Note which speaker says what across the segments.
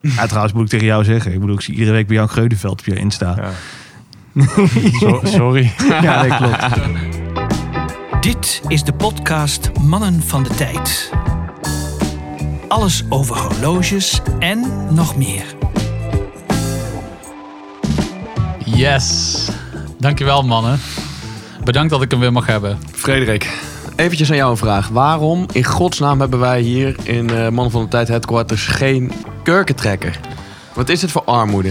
Speaker 1: Ja, trouwens moet ik tegen jou zeggen. Ik bedoel, ik zie iedere week bij jou Geudeveld op je Insta.
Speaker 2: Ja. Zo- sorry.
Speaker 1: Ja, nee, klopt.
Speaker 3: Dit is de podcast Mannen van de Tijd. Alles over horloges en nog meer.
Speaker 4: Yes. Dankjewel, mannen. Bedankt dat ik hem weer mag hebben.
Speaker 2: Frederik.
Speaker 5: Eventjes aan jou een vraag. Waarom in godsnaam hebben wij hier in eh Man van de Tijd Headquarters geen kurkentrekker? Wat is het voor armoede?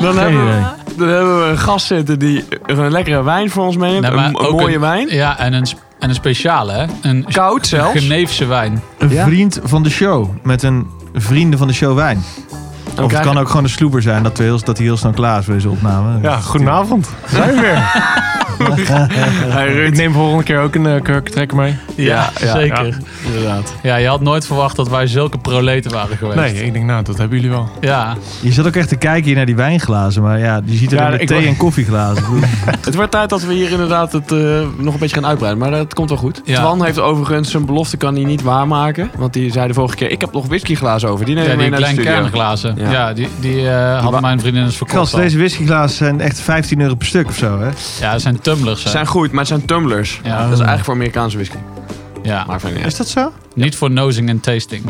Speaker 5: dan, hebben we, dan hebben we een gast zitten die een lekkere wijn voor ons meeneemt.
Speaker 4: Nee, maar
Speaker 5: een, een
Speaker 4: ook
Speaker 5: mooie
Speaker 4: een-
Speaker 5: wijn.
Speaker 4: Ja, en een, sp- en een speciale, hè? Een
Speaker 5: Koud zelfs.
Speaker 4: Geneefse wijn.
Speaker 1: Een
Speaker 5: Ja.
Speaker 1: vriend van de show. Met een vrienden van de show wijn.
Speaker 5: Dan
Speaker 1: of het
Speaker 5: krijg-
Speaker 1: kan ook gewoon een sloeber zijn dat, we heel, dat hij heel snel klaar is voor deze opname.
Speaker 2: Ja, nou. goedenavond. Zijn we weer.
Speaker 5: Hey,
Speaker 2: Ik
Speaker 5: Ruud.
Speaker 2: neem volgende keer ook een eh, kurkentrekker mee.
Speaker 4: Ja, zeker. Ja.
Speaker 5: Inderdaad.
Speaker 4: je had nooit verwacht dat wij zulke proleten waren geweest.
Speaker 2: Nee, ik denk nou, dat hebben jullie wel.
Speaker 4: Ja,
Speaker 1: Je zat ook echt te kijken hier naar die wijnglazen. Maar ja, je ziet er
Speaker 2: Ja,
Speaker 1: met
Speaker 2: ik
Speaker 1: thee-
Speaker 2: wou-
Speaker 1: en koffieglazen. Ik bedoel,
Speaker 5: Het wordt tijd dat we hier inderdaad het eh, nog een beetje gaan uitbreiden. Maar dat komt wel goed.
Speaker 4: Ja.
Speaker 5: Twan heeft overigens zijn belofte kan hij niet waarmaken. Want die zei de vorige keer, ik heb nog whiskyglazen over. Die neem ik
Speaker 4: ja
Speaker 5: mee
Speaker 4: die
Speaker 5: naar de
Speaker 4: kleine
Speaker 5: studio.
Speaker 4: kernglazen. Ja.
Speaker 5: Ja.
Speaker 4: die, die eh, hadden
Speaker 5: wa-
Speaker 4: mijn vriendinnen verkocht.
Speaker 1: Gast,
Speaker 4: al.
Speaker 1: deze whiskyglazen zijn echt 15 euro per stuk of zo, hè?
Speaker 4: Ja, dat zijn tumblers. hè.
Speaker 5: Ze zijn goed, maar het zijn tumblers.
Speaker 4: Ja.
Speaker 5: Dat is eigenlijk voor Amerikaanse whisky.
Speaker 4: ja.
Speaker 5: Maar van, ja.
Speaker 1: Is dat zo?
Speaker 4: Niet voor nosing en tasting.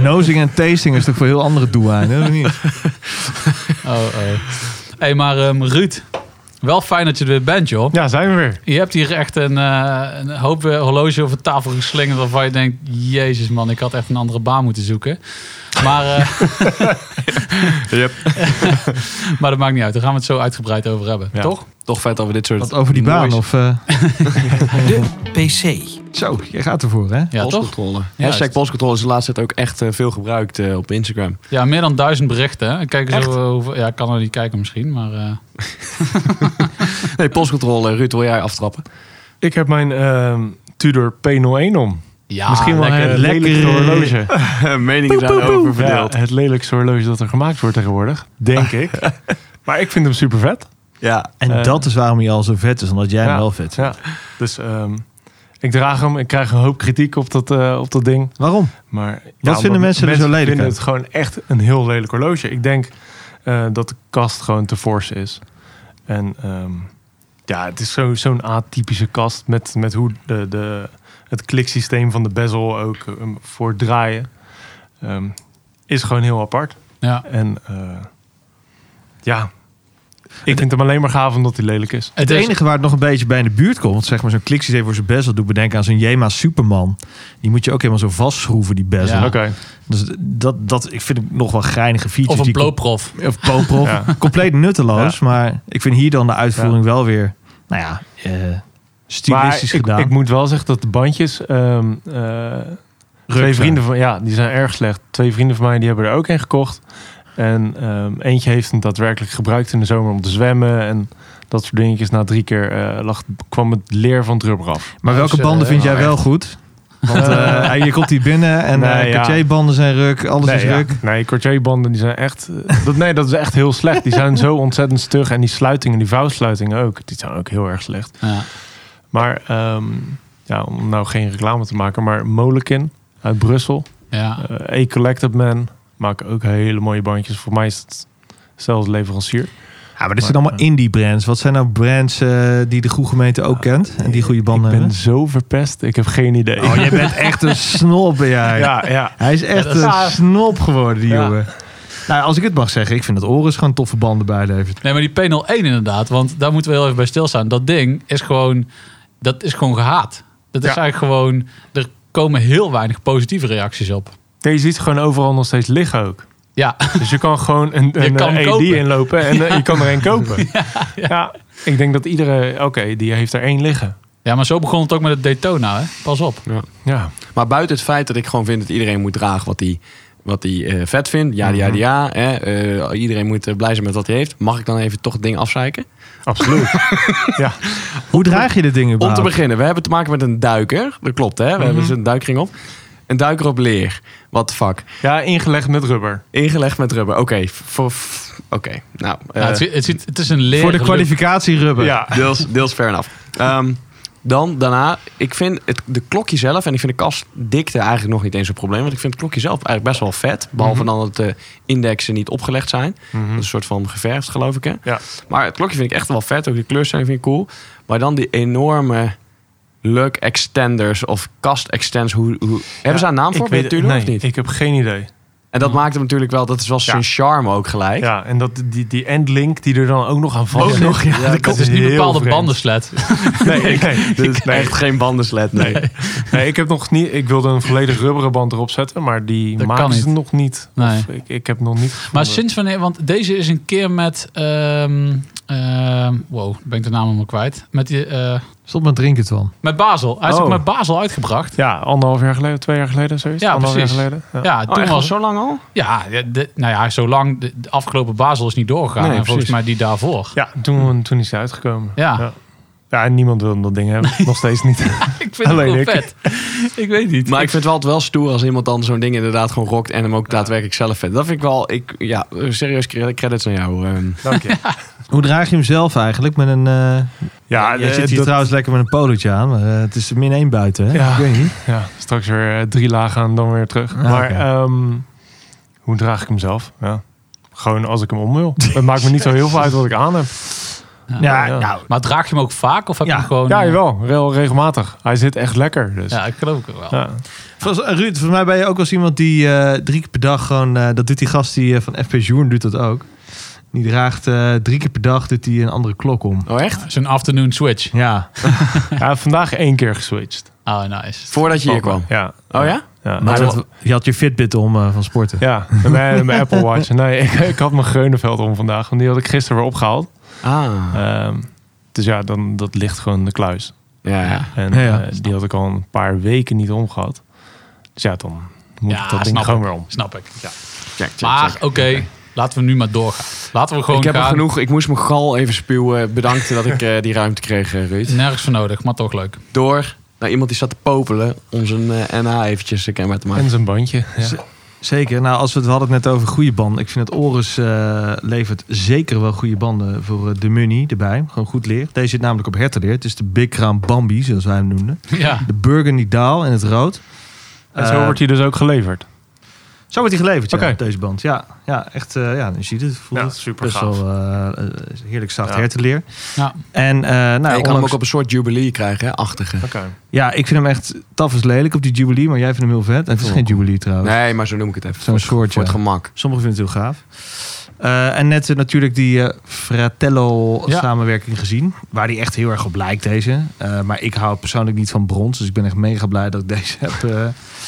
Speaker 1: Nosing en tasting is toch voor heel andere doeleinden, of niet?
Speaker 4: Oh, oh. hey, maar ehm, Ruud. Wel fijn dat je er weer bent, joh.
Speaker 2: Ja, zijn we weer.
Speaker 4: Je hebt hier echt een, eh, een hoop eh, horloge over tafel geslingerd waarvan je denkt, jezus man, ik had echt een andere baan moeten zoeken. Maar, eh, maar dat maakt niet uit, daar gaan we het zo uitgebreid over hebben,
Speaker 2: Ja.
Speaker 4: toch?
Speaker 5: Toch vet dat we dit soort...
Speaker 1: Wat over die baan,
Speaker 5: moois-
Speaker 1: of... eh,
Speaker 3: De PC.
Speaker 1: Zo, je gaat ervoor, hè?
Speaker 4: Ja, toch?
Speaker 5: Postcontrole.
Speaker 4: Juist.
Speaker 5: Hashtag postcontrole is de laatste tijd ook echt eh, veel gebruikt eh, op Instagram.
Speaker 4: Ja, meer dan duizend berichten. Hè? Kijk eens
Speaker 5: Echt?
Speaker 4: hoe- hoeveel- ja, ik kan er niet kijken misschien, maar eh,
Speaker 5: Nee, postcontrole. Ruud, wil jij aftrappen?
Speaker 2: Ik heb mijn ehm, Tudor P01 om.
Speaker 4: ja,
Speaker 2: Misschien wel
Speaker 4: lekker.
Speaker 2: het
Speaker 1: lekker-
Speaker 2: lelijkste horloge.
Speaker 5: Meningen zijn over
Speaker 2: Ja,
Speaker 5: verdeeld.
Speaker 2: het lelijkste horloge dat er gemaakt wordt tegenwoordig. Denk ik. Maar ik vind hem super vet.
Speaker 5: Ja.
Speaker 1: En
Speaker 2: Eh,
Speaker 1: dat is waarom hij al zo vet is, omdat jij hem
Speaker 2: ja.
Speaker 1: wel vet vindt.
Speaker 2: Ja. Dus ehm, ik draag hem. Ik krijg een hoop kritiek op dat, eh, op dat ding.
Speaker 1: Waarom?
Speaker 2: Maar, Wat
Speaker 1: vinden mensen er zo lelijk
Speaker 2: vinden
Speaker 1: aan?
Speaker 2: het gewoon echt een heel lelijk horloge. Ik denk eh, dat de kast gewoon te fors is. En ehm, ja, het is zo- zo'n atypische kast met, met hoe de, de, het kliksysteem van de bezel ook eh, voor het draaien ehm, is gewoon heel apart.
Speaker 4: Ja.
Speaker 2: En eh, ja, ik vind hem alleen maar gaaf omdat hij lelijk is.
Speaker 4: Het
Speaker 1: Het
Speaker 4: is,
Speaker 1: enige waar het nog een beetje bij in de buurt komt, zeg maar zo'n kliksysteem voor zijn bezel, doet bedenken aan zo'n Jema Superman. Die moet je ook helemaal zo vastschroeven, die bezel.
Speaker 4: Ja.
Speaker 2: Oké.
Speaker 1: Dus dat, dat ik vind ik nog wel geinige features.
Speaker 4: of een
Speaker 1: die com-
Speaker 4: blowprof.
Speaker 1: Of blowprof.
Speaker 2: Ja.
Speaker 1: Compleet nutteloos, maar ik vind hier dan de uitvoering wel weer, nou ja, eh
Speaker 2: Maar
Speaker 1: stilistisch
Speaker 2: ik,
Speaker 1: gedaan.
Speaker 2: ik moet wel zeggen dat de bandjes. ehm, eh, twee
Speaker 1: zijn.
Speaker 2: vrienden van ja, die zijn erg slecht. Twee vrienden van mij die hebben er ook een gekocht. En ehm, eentje heeft hem daadwerkelijk gebruikt in de zomer om te zwemmen en dat soort dingetjes. Na drie keer eh, lag, kwam het leer van het rubber af.
Speaker 1: maar welke
Speaker 4: Dus, eh,
Speaker 1: banden vind jij
Speaker 4: nou
Speaker 1: wel goed? Want
Speaker 2: Eh,
Speaker 1: eh, je komt hier binnen en
Speaker 2: Nee,
Speaker 1: eh
Speaker 2: ja.
Speaker 1: Cartier-banden zijn ruk, alles is
Speaker 2: nee, ja.
Speaker 1: ruk.
Speaker 2: nee, Cartier-banden die zijn echt. eh, dat, nee, dat is echt heel slecht. Die zijn zo ontzettend stug en die sluitingen, die vouwsluitingen ook, die zijn ook heel erg slecht.
Speaker 4: Ja.
Speaker 2: Maar ehm, ja, om nou geen reclame te maken, maar Molekin uit Brussel.
Speaker 4: Ja.
Speaker 2: Eh, E-Collected Man maken ook hele mooie bandjes. Voor mij is het zelfs leverancier.
Speaker 1: Ja, maar eh, dit zijn allemaal indie brands. Wat zijn nou brands eh, die de goede gemeente ook kent en die goede banden
Speaker 2: ik ben
Speaker 1: hebben?
Speaker 2: zo verpest. Ik heb geen idee.
Speaker 1: eh, Oh, jij bent echt een snob, ben jij.
Speaker 2: ja, ja.
Speaker 1: Hij is echt
Speaker 4: Ja, dat is-
Speaker 1: een snob geworden, die
Speaker 2: Ja.
Speaker 1: jongen. Nou, als ik het mag zeggen, ik vind dat Oris gewoon toffe banden bijlevert.
Speaker 4: Nee, maar die P01 inderdaad, want daar moeten we heel even bij stilstaan. Dat ding is gewoon, dat is gewoon gehaat. Dat is
Speaker 2: Ja.
Speaker 4: eigenlijk gewoon, er komen heel weinig positieve reacties op.
Speaker 2: Nee, je ziet ze gewoon overal nog steeds liggen ook.
Speaker 4: Ja,
Speaker 2: Dus je kan gewoon een, een,
Speaker 4: kan
Speaker 2: eh,
Speaker 4: hem
Speaker 2: AD
Speaker 4: kopen.
Speaker 2: inlopen en eh, je kan er één kopen. Ja, ik denk dat iedere... Oké, die heeft er één liggen.
Speaker 4: ja maar zo begon het ook met het Daytona, hè? Pas op.
Speaker 2: Ja,
Speaker 5: Maar buiten het feit dat ik gewoon vind dat iedereen moet dragen wat hij wat hij eh, vet vindt. Ja, ja, ja. Hè, eh, iedereen moet eh, blij zijn met wat hij heeft. Mag ik dan even toch het ding afzeiken?
Speaker 2: absoluut. ja.
Speaker 1: Hoe draag je dit ding
Speaker 5: Om te
Speaker 1: überhaupt?
Speaker 5: beginnen, we hebben te maken met een duiker. Dat klopt, hè? We hebben dus een duikring op. Een duiker op leer. Wat de fuck?
Speaker 2: ja, ingelegd met rubber.
Speaker 5: Ingelegd met rubber. Oké, voor. f- Oké, nou. eh,
Speaker 4: Ja, het, zie- het, ziet- het is een leer.
Speaker 1: Voor de kwalificatie rubber.
Speaker 2: Ja.
Speaker 5: deels, deels fair enough. Ehm, Dan daarna, ik vind het, de klokje zelf en ik vind de kastdikte eigenlijk nog niet eens een probleem. Want ik vind het klokje zelf eigenlijk best wel vet.
Speaker 2: Mhm.
Speaker 5: Behalve dan dat de indexen niet opgelegd zijn. Dat is een soort van geverfd, geloof ik. Hè?
Speaker 2: Ja.
Speaker 5: Maar het klokje vind ik echt wel vet. Ook de kleurstelling vind ik cool. Maar dan die enorme lug extenders of kast extends. Hoe, hoe, hebben ze daar een naam voor?
Speaker 2: Ik weet
Speaker 5: natuurlijk
Speaker 2: nee,
Speaker 5: of niet?
Speaker 2: Ik heb geen idee.
Speaker 5: en dat maakt hem natuurlijk wel, dat is wel zijn charme ook gelijk.
Speaker 2: Ja, en dat, die, die endlink die er dan ook nog aan vast
Speaker 4: Ook
Speaker 2: zit.
Speaker 4: nog, ja.
Speaker 5: dat
Speaker 4: dat,
Speaker 5: klopt.
Speaker 4: is niet
Speaker 2: Heel
Speaker 4: bepaalde
Speaker 2: vreemd.
Speaker 4: bandenslet.
Speaker 2: Nee, ik, nee,
Speaker 5: Dit is
Speaker 2: ik- nee.
Speaker 5: echt geen bandenslet, nee. Oh,
Speaker 2: Nee, ik heb nog niet. Ik wilde een volledig rubberen band erop zetten, maar die
Speaker 4: Dat
Speaker 2: maken
Speaker 4: kan
Speaker 2: ze
Speaker 4: niet.
Speaker 2: nog niet.
Speaker 4: Nee.
Speaker 2: Of ik, ik heb nog niet.
Speaker 4: Maar
Speaker 2: gevonden.
Speaker 4: sinds wanneer, want deze is een keer met, ehm, ehm, wow, ben ik de naam helemaal kwijt. Met, die, eh,
Speaker 1: Stop met drinken dan.
Speaker 4: met Basel. Hij is
Speaker 2: Oh.
Speaker 4: ook met Basel uitgebracht.
Speaker 2: ja, anderhalf jaar geleden, twee jaar geleden, zoiets.
Speaker 4: Ja,
Speaker 2: anderhalf
Speaker 4: precies.
Speaker 2: jaar geleden.
Speaker 4: Ja,
Speaker 5: Oh,
Speaker 4: toen
Speaker 5: echt al
Speaker 4: was,
Speaker 5: zo lang al?
Speaker 4: ja, de, nou ja, zolang de, de afgelopen Basel is niet doorgegaan.
Speaker 5: Nee,
Speaker 4: en volgens
Speaker 5: precies.
Speaker 4: mij die daarvoor.
Speaker 2: Ja, toen, toen is hij uitgekomen.
Speaker 4: Ja.
Speaker 2: ja. Ja, en niemand wil dat ding hebben. Nog steeds niet.
Speaker 4: ik vind
Speaker 2: Alleen
Speaker 4: het
Speaker 2: ik.
Speaker 4: wel vet. ik weet niet.
Speaker 5: Maar ik vind het wel, het wel stoer als iemand dan zo'n ding inderdaad gewoon rokt en hem ook daadwerkelijk zelf vindt. Dat vind ik wel, ik, ja, serieus cre- credits aan jou. ehm.
Speaker 2: Dank je.
Speaker 1: Hoe draag je hem zelf eigenlijk? Met een, eh
Speaker 2: Ja,
Speaker 1: ja, je zit hier
Speaker 2: dat-
Speaker 1: trouwens lekker met een polootje aan. Maar, eh, het is min 1 buiten, hè?
Speaker 2: Ja.
Speaker 1: Ik weet niet.
Speaker 2: Ja, straks weer eh, drie lagen en dan weer terug.
Speaker 1: Ah,
Speaker 2: maar
Speaker 1: oké.
Speaker 2: ehm, hoe draag ik hem zelf? Ja. Gewoon als ik hem om wil. Het maakt me niet zo heel veel uit wat ik aan heb.
Speaker 1: Ja,
Speaker 2: ja.
Speaker 1: nou,
Speaker 4: Maar draag je hem ook vaak? Of heb je
Speaker 1: Ja.
Speaker 4: hem gewoon...
Speaker 2: Ja,
Speaker 4: eh,
Speaker 2: jawel. Heel regelmatig. Hij zit echt lekker. Dus. Ja.
Speaker 4: Ja, ik geloof ik wel.
Speaker 1: Volgens- eh, Ruud, voor mij ben je ook wel eens iemand die eh, drie keer per dag gewoon... eh, dat doet die gast die eh, van FP Joen doet dat ook. Die draagt eh, drie keer per dag doet die een andere klok om.
Speaker 5: Oh echt?
Speaker 4: Zo'n afternoon switch.
Speaker 1: Ja,
Speaker 2: Ja, vandaag één keer geswitcht.
Speaker 4: Oh, nice.
Speaker 5: Voordat je hier kwam.
Speaker 2: Ja.
Speaker 5: Oh ja?
Speaker 2: Ja.
Speaker 1: maar
Speaker 5: Hij
Speaker 1: dat- je had je Fitbit om eh, van sporten.
Speaker 2: Ja, en mijn, mijn Apple Watch. Nee, ik, ik had mijn Greunenveld om vandaag. Want die had ik gisteren weer opgehaald.
Speaker 5: Ah.
Speaker 2: Ehm, dus ja, dan, dat ligt gewoon in de kluis.
Speaker 5: Ja, ja.
Speaker 2: En
Speaker 1: Ja, ja.
Speaker 2: eh, die had ik al een paar weken niet omgehad. Dus ja, dan moet
Speaker 4: Ja,
Speaker 2: ik dat ding
Speaker 4: snap
Speaker 2: gewoon weer om.
Speaker 4: Snap ik.
Speaker 5: Check, check,
Speaker 4: Maar
Speaker 5: check.
Speaker 4: oké, laten we nu maar doorgaan. Laten we gewoon
Speaker 5: Ik heb er
Speaker 4: gaan.
Speaker 5: genoeg, ik moest mijn gal even spuwen. Bedankt dat ik eh, die ruimte kreeg, eh, Ruud.
Speaker 4: Nergens voor nodig, maar toch leuk.
Speaker 5: Door naar iemand die zat te popelen om zijn eh, NA eventjes eh, kenbaar te maken.
Speaker 2: En zijn bandje. Ja.
Speaker 1: Zeker. Nou, als we het we hadden het net over goede banden. Ik vind dat Oris eh, levert zeker wel goede banden voor eh, de Muni erbij. Gewoon goed leer. Deze zit namelijk op hertenleer. Het is de Big Crown Bambi, zoals wij hem noemden.
Speaker 4: ja.
Speaker 1: De Burgundy Daal in het rood.
Speaker 2: En zo
Speaker 1: Eh,
Speaker 2: wordt hij dus ook geleverd.
Speaker 1: zo wordt hij geleverd, ja,
Speaker 2: Oké.
Speaker 1: deze band. Ja, ja echt, eh, ja, je ziet het. Voelt
Speaker 2: Ja,
Speaker 1: het.
Speaker 2: super
Speaker 1: Best
Speaker 2: gaaf.
Speaker 1: wel eh, eh, heerlijk zacht
Speaker 2: Ja.
Speaker 1: hertenleer.
Speaker 4: Ja.
Speaker 1: En eh, nou,
Speaker 5: Ja, je kan hem
Speaker 1: ondanks-
Speaker 5: ook op een soort jubilee krijgen, hè? Achtige.
Speaker 2: Oké.
Speaker 1: ja, ik vind hem echt taf is lelijk op die Jubilee, maar jij vindt hem heel vet. En het is
Speaker 5: Oh.
Speaker 1: geen Jubilee trouwens.
Speaker 5: Nee, maar zo noem ik het even.
Speaker 1: Zo'n soort,
Speaker 5: Voor het
Speaker 1: ja.
Speaker 5: gemak.
Speaker 1: Sommigen vinden het heel gaaf. Eh, en net eh, natuurlijk die eh, Fratello-samenwerking gezien. Waar die echt heel erg op lijkt, deze. Eh, maar ik hou persoonlijk niet van brons. Dus ik ben echt mega blij dat ik deze heb. eh.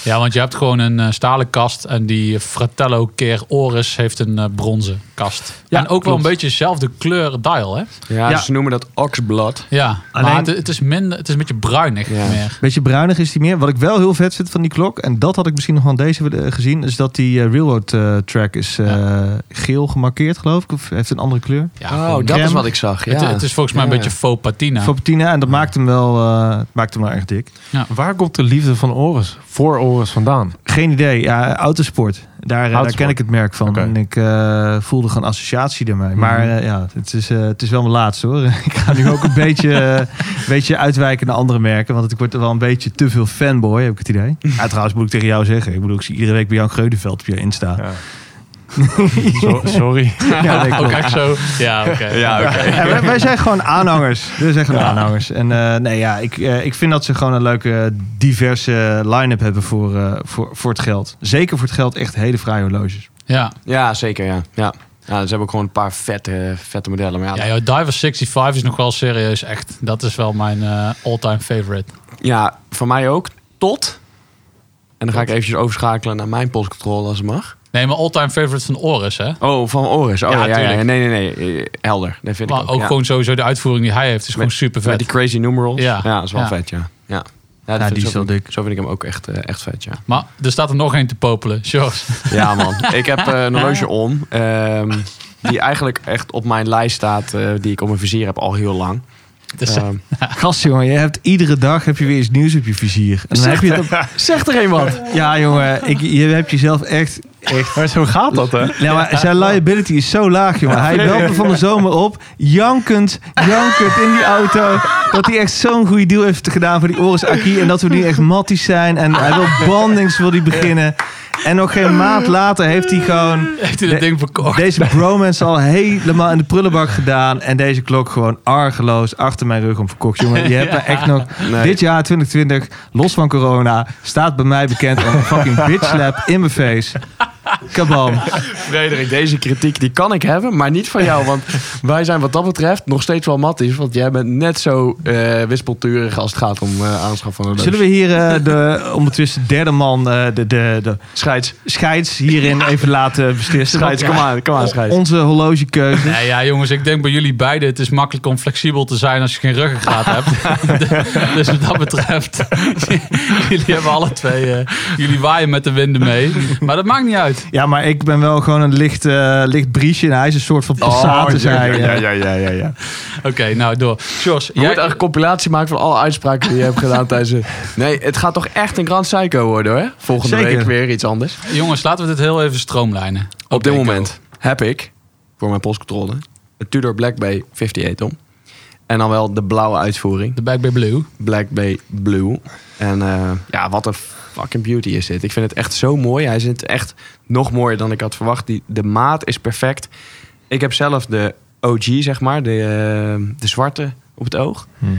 Speaker 4: ja, want je hebt gewoon een eh, stalen kast. En die Fratello Keer Oris heeft een eh, bronzen kast.
Speaker 1: Ja,
Speaker 4: en ook wel een
Speaker 1: klopt.
Speaker 4: beetje dezelfde kleur dial, hè?
Speaker 5: Ja,
Speaker 1: Ja.
Speaker 5: ze noemen dat oxblood.
Speaker 4: Ja, maar
Speaker 1: Alleen-
Speaker 4: het, het is minder, het is een beetje bruinig
Speaker 5: Ja.
Speaker 4: meer.
Speaker 1: Beetje bruinig is die meer. Wat ik wel heel vet vind van die klok. En dat had ik misschien nog wel aan deze willen- eh, gezien. Is dat die eh, railroad eh, track is eh, geel gemarkeerd, geloof ik. Of heeft een andere kleur.
Speaker 4: Ja,
Speaker 5: Oh,
Speaker 4: gewoon-
Speaker 5: dat
Speaker 1: crème.
Speaker 5: is wat ik zag. Ja.
Speaker 4: het, het is volgens mij
Speaker 5: Ja.
Speaker 4: een beetje faux patina.
Speaker 1: Voor patina. En dat maakt hem wel, eh, maakt hem wel erg dik.
Speaker 2: Waar komt de liefde van Oris voor Oris vandaan?
Speaker 1: Geen idee. Ja, autosport. Daar, eh, daar
Speaker 2: Autosport.
Speaker 1: ken ik het merk van.
Speaker 2: Oké.
Speaker 1: En ik eh, voelde gewoon associatie daarmee. Maar eh, ja, het is, eh, het is wel mijn laatste hoor. ik ga nu ook een beetje, eh, een beetje uitwijken naar andere merken. Want ik word er wel een beetje te veel fanboy, heb ik het idee. Ja, trouwens moet ik tegen jou zeggen. Ik bedoel, ik zie iedere week bij Jan Greudenveld op je Insta.
Speaker 2: Ja. Zo- sorry.
Speaker 1: Ja, nee,
Speaker 4: ook
Speaker 1: klopt.
Speaker 4: echt zo. Ja, oké.
Speaker 5: Ja, oké.
Speaker 1: Ja, wij, wij zijn gewoon aanhangers. We zijn gewoon aanhangers. En eh, nee, ja, ik, eh, ik vind dat ze gewoon een leuke eh, diverse line-up hebben voor, eh, voor, voor het geld. Zeker voor het geld echt hele fraaie horloges.
Speaker 4: Ja.
Speaker 5: Ja, zeker, ja. ja. ja ze hebben ook gewoon een paar vette, vette modellen. Maar ja,
Speaker 4: Ja,
Speaker 5: ja,
Speaker 4: jouw Diver 65 is nog wel serieus echt. Dat is wel mijn eh, all-time favorite.
Speaker 5: voor mij ook. Tot. En dan ga ik eventjes overschakelen naar mijn postcontrole als het mag.
Speaker 4: Nee, mijn all-time favorite van Oris, hè?
Speaker 5: Oh, van Oris. Oh,
Speaker 4: Ja,
Speaker 5: ja, ja,
Speaker 4: tuurlijk.
Speaker 5: Nee, nee, nee. Eh, Helder. Dat vind
Speaker 4: Maar
Speaker 5: ik
Speaker 4: ook
Speaker 5: ook. ja.
Speaker 4: gewoon sowieso de uitvoering die hij heeft is gewoon super
Speaker 5: Met
Speaker 4: vet.
Speaker 5: die crazy numerals.
Speaker 4: Ja.
Speaker 5: Ja, dat is wel
Speaker 4: Ja.
Speaker 5: vet, ja. Ja, ja, dat
Speaker 1: Ja,
Speaker 5: vind-
Speaker 1: die
Speaker 5: zo
Speaker 1: is wel
Speaker 5: vind ik-
Speaker 1: dik.
Speaker 5: Zo vind ik hem ook echt, eh, echt vet, ja.
Speaker 4: Maar er staat er nog één te popelen, Sjors.
Speaker 5: Ja, man. Ik heb eh, een horloge om. ehm, die eigenlijk echt op mijn lijst staat. eh, die ik op mijn vizier heb al heel lang.
Speaker 4: Dus,
Speaker 5: Ehm,
Speaker 1: Gast, jongen, je hebt iedere dag heb je weer iets nieuws op je vizier. En dan heb je het op-
Speaker 5: Zeg er een wat.
Speaker 1: Ja, jongen, ik, je hebt jezelf echt
Speaker 2: Maar zo gaat dat, hè?
Speaker 1: Ja, maar zijn liability is zo laag, jongen. Hij belt me van de zomer op, jankend, jankend in die auto. Dat hij echt zo'n goede deal heeft gedaan voor die Oris Aki. En dat we nu echt matties zijn. En hij wil bandings, wil hij beginnen. En nog geen maand later heeft hij gewoon
Speaker 4: Heeft hij dat
Speaker 1: De-
Speaker 4: ding verkocht?
Speaker 1: deze bromance al helemaal in de prullenbak gedaan. En deze klok gewoon argeloos achter mijn rug om verkocht. Jongen, je hebt me echt nog...
Speaker 5: Nee.
Speaker 1: Dit jaar, 2020, los van corona, staat bij mij bekend een fucking bitch slap in mijn face. Kabam.
Speaker 5: Frederik, deze kritiek die kan ik hebben, maar niet van jou. Want wij zijn wat dat betreft nog steeds wel matties. Want jij bent net zo eh wispelturig als het gaat om eh, aanschaf van een
Speaker 1: Zullen we hier eh, de ondertussen derde man, eh, de, de, de
Speaker 5: Scheids.
Speaker 1: scheids, hierin even laten beslissen?
Speaker 5: Scheids, kom aan, kom aan, scheids.
Speaker 1: Onze horlogekeuze.
Speaker 4: Nee, ja, jongens, ik denk bij jullie beiden... het is makkelijk om flexibel te zijn als je geen ruggengraat hebt. dus wat dat betreft... jullie hebben alle twee... eh, jullie waaien met de winden mee. Maar dat maakt niet uit.
Speaker 1: Ja, maar ik ben wel gewoon een licht, eh, licht briesje. En hij is een soort van passaat. dus hij, eh,
Speaker 5: Oh, ja, ja, ja, ja.
Speaker 4: Oké, nou, door. Jos,
Speaker 5: Je moet
Speaker 4: jij...
Speaker 5: echt een compilatie maken van alle uitspraken die je hebt gedaan tijdens... de- Nee, het gaat toch echt een Grand Psycho worden, hoor. Volgende
Speaker 1: Zeker.
Speaker 5: week weer iets anders.
Speaker 4: Jongens, laten we dit heel even stroomlijnen.
Speaker 5: Op dit
Speaker 4: Echo.
Speaker 5: moment heb ik voor mijn postcontrole een Tudor Black Bay 58 om. En dan wel de blauwe uitvoering.
Speaker 4: De Back Bay Blue.
Speaker 5: Black Bay Blue. En eh, ja, wat een fucking beauty is dit. Ik vind het echt zo mooi. Hij zit echt nog mooier dan ik had verwacht. Die, de maat is perfect. Ik heb zelf de OG, zeg maar, de, eh, de zwarte op het oog.
Speaker 1: Mhm.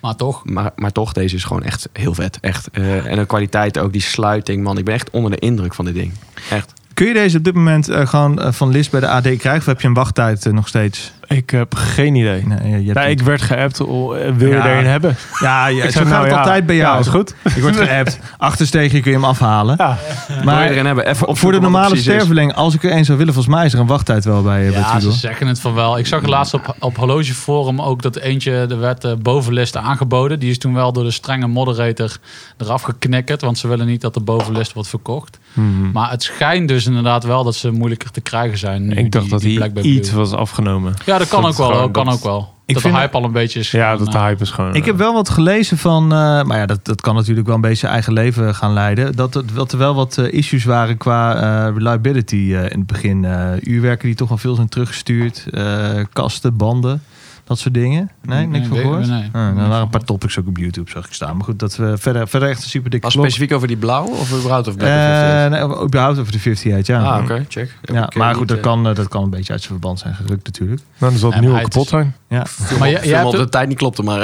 Speaker 4: Maar toch.
Speaker 5: Maar, maar toch, deze is gewoon echt heel vet. Echt. Eh, en de kwaliteit ook, die sluiting, man. Ik ben echt onder de indruk van dit ding. Echt.
Speaker 1: Kun je deze op dit moment eh, gewoon eh, van Lis bij de AD krijgen? Of heb je een wachttijd eh, nog steeds?
Speaker 2: Ik heb geen idee.
Speaker 1: Nee, je- je hebt
Speaker 2: Nou,
Speaker 1: niet-
Speaker 2: ik werd geappt. oh, eh, wil
Speaker 1: Ja.
Speaker 2: je er een hebben?
Speaker 1: Ja, ja
Speaker 2: ik nou,
Speaker 1: zo gaat het altijd bij jou.
Speaker 2: Ja, is goed.
Speaker 1: Ik word geappt. Achtersteegje kun je hem afhalen.
Speaker 2: Ja.
Speaker 5: Wil je
Speaker 1: Maar
Speaker 5: er een hebben? Even opzoeken
Speaker 1: voor de
Speaker 5: wat het
Speaker 1: normale
Speaker 5: precies is.
Speaker 1: sterveling, als ik er één zou willen, volgens mij is er een wachttijd wel bij, eh, bij
Speaker 4: Ja, ze
Speaker 1: Tudor.
Speaker 4: zeggen het van wel. Ik zag laatst op, op Horlogeforum ook dat eentje, er werd eh, bovenlist aangeboden. Die is toen wel door de strenge moderator eraf geknikkerd. Want ze willen niet dat de bovenlist wordt verkocht.
Speaker 1: Mhm.
Speaker 4: Maar het schijnt dus inderdaad wel dat ze moeilijker te krijgen zijn. nu,
Speaker 2: Ik dacht
Speaker 4: die-
Speaker 2: dat
Speaker 4: die
Speaker 2: hij
Speaker 4: Black Bay
Speaker 2: iets
Speaker 4: Blue.
Speaker 2: was afgenomen.
Speaker 4: Ja, dat kan
Speaker 2: dat
Speaker 4: ook wel.
Speaker 2: gewoon-
Speaker 4: Dat kan
Speaker 2: dat-
Speaker 4: ook wel.
Speaker 1: Ik
Speaker 4: Dat de
Speaker 1: vind
Speaker 4: hype al een beetje is.
Speaker 2: Ja,
Speaker 4: gaan,
Speaker 2: dat de
Speaker 4: eh,
Speaker 2: hype is gewoon...
Speaker 1: Ik heb wel wat gelezen van, eh, maar ja, dat, dat kan natuurlijk wel een beetje zijn eigen leven gaan leiden. Dat, het- dat er wel wat eh, issues waren qua eh, reliability eh, in het begin. eh uurwerken die toch wel veel zijn teruggestuurd, eh, kasten, banden, dat soort dingen. Nee, niks van
Speaker 4: weet-
Speaker 1: gehoord?
Speaker 4: nee.
Speaker 1: Ah,
Speaker 2: nou,
Speaker 4: Niks
Speaker 1: er
Speaker 4: van
Speaker 1: waren een paar
Speaker 4: gehoord.
Speaker 1: topics ook op YouTube, zag ik staan. Maar goed, dat we verder, verder echt een super dikke
Speaker 5: Was
Speaker 1: klok.
Speaker 5: specifiek over die blauwe of überhaupt over Black Bay
Speaker 1: Eh, nee, überhaupt over de 58, ja.
Speaker 5: Ah, oké, check.
Speaker 1: ja
Speaker 5: Oké,
Speaker 1: maar
Speaker 5: niet,
Speaker 1: goed, dat
Speaker 5: eh,
Speaker 1: kan, eh, dat kan een beetje uit zijn verband zijn gerukt natuurlijk.
Speaker 2: Nou, dan zal het
Speaker 4: Ja,
Speaker 2: nu
Speaker 4: maar
Speaker 2: al
Speaker 4: het
Speaker 2: kapot
Speaker 4: is-
Speaker 2: zijn.
Speaker 1: Ja.
Speaker 4: Maar jij-
Speaker 5: Film
Speaker 4: jij
Speaker 5: op
Speaker 4: hebt
Speaker 5: de
Speaker 4: hem-
Speaker 5: tijd niet klopte, maar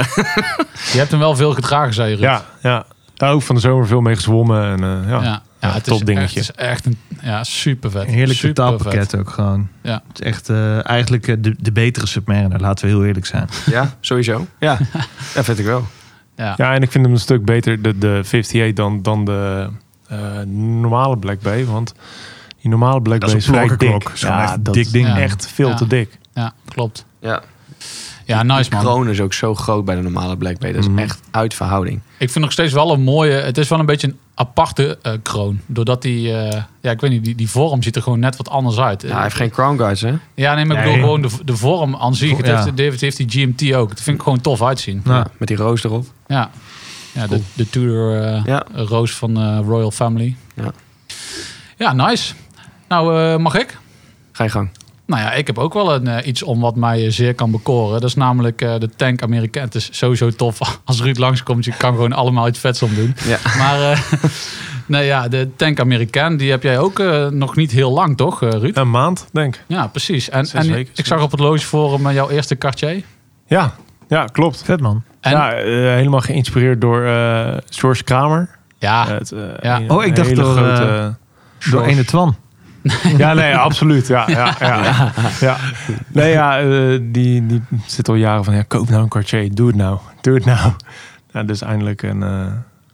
Speaker 4: Je hebt hem wel veel gedragen, zei je Ruud.
Speaker 2: Ja, ja. Ja, ook van de zomer veel mee gezwommen. En, eh, ja.
Speaker 4: Ja, ja,
Speaker 2: Ja,
Speaker 4: het
Speaker 2: top
Speaker 4: is
Speaker 2: dingetje.
Speaker 4: Echt, het is echt een ja, super vet.
Speaker 1: Een heerlijk
Speaker 4: Supervet.
Speaker 1: totaalpakket ook gewoon.
Speaker 4: Ja.
Speaker 1: Het is echt eh, eigenlijk eh, de, de betere Submariner, laten we heel eerlijk zijn.
Speaker 5: Ja, sowieso. Ja, dat vind ik wel.
Speaker 4: Ja.
Speaker 2: Ja, en ik vind hem een stuk beter, de, de 58, dan, dan de eh, normale Black Bay. Want die normale Black
Speaker 1: Dat
Speaker 2: Bay
Speaker 1: is
Speaker 2: is
Speaker 1: een
Speaker 2: vrij
Speaker 1: plakkerklok.
Speaker 2: dik.
Speaker 1: Is gewoon echt
Speaker 2: dat
Speaker 1: dik
Speaker 2: is
Speaker 1: ding.
Speaker 4: Ja.
Speaker 2: Echt veel
Speaker 4: Ja.
Speaker 2: te dik.
Speaker 4: ja, klopt.
Speaker 5: Ja.
Speaker 4: Ja, nice man.
Speaker 5: Kroon is ook zo groot bij de normale Black Bay. Dat is
Speaker 2: Mhm.
Speaker 5: echt uit verhouding.
Speaker 4: Ik vind nog steeds wel een mooie. Het is wel een beetje een aparte eh, kroon. Doordat die. eh, ja, ik weet niet. Die, die vorm ziet er gewoon net wat anders uit.
Speaker 5: Ja, hij heeft geen crown guards, hè?
Speaker 4: Ja, nee, maar ik
Speaker 1: Nee.
Speaker 4: bedoel gewoon de, de vorm aan zich. Het
Speaker 1: Ja.
Speaker 4: heeft, David heeft die GMT ook. Dat vind ik gewoon tof uitzien.
Speaker 1: Nou,
Speaker 5: Met die roos erop.
Speaker 4: Ja. Ja, de, de Tudor eh,
Speaker 5: Ja.
Speaker 4: Roos van eh, Royal Family.
Speaker 5: Ja.
Speaker 4: Ja, nice. Nou, eh, mag ik?
Speaker 5: Ga je gang.
Speaker 4: Nou ja, ik heb ook wel een, eh, iets om wat mij eh, zeer kan bekoren. Dat is namelijk eh, de tank Amerikaan. Het is sowieso tof als Ruud langskomt. Je kan gewoon allemaal iets vets om doen.
Speaker 5: Ja.
Speaker 4: Maar eh, nou ja, de tank Amerikaan, die heb jij ook eh, nog niet heel lang, toch eh, Ruud? Ja,
Speaker 2: Een maand, denk ik.
Speaker 4: precies. En,
Speaker 2: Zes
Speaker 4: en
Speaker 2: weken,
Speaker 4: ik zag op het logeforum eh, jouw eerste Cartier.
Speaker 2: Ja, ja klopt.
Speaker 1: vet man.
Speaker 4: En, ja,
Speaker 2: Ja, eh, helemaal geïnspireerd door eh George Kramer. Eh, het, eh,
Speaker 4: Ah, Ja.
Speaker 2: een-
Speaker 1: Oh, ik
Speaker 2: een
Speaker 1: dacht
Speaker 2: hele
Speaker 1: door,
Speaker 2: grote-
Speaker 1: eh, Door ene Twan.
Speaker 2: Ja, nee, absoluut. Ja, ja, ja, ja. Nee, ja, eh, die, die zit al jaren van, ja, koop nou een Cartier. Doe het nou. Doe het nou. Nou, dus eindelijk een eh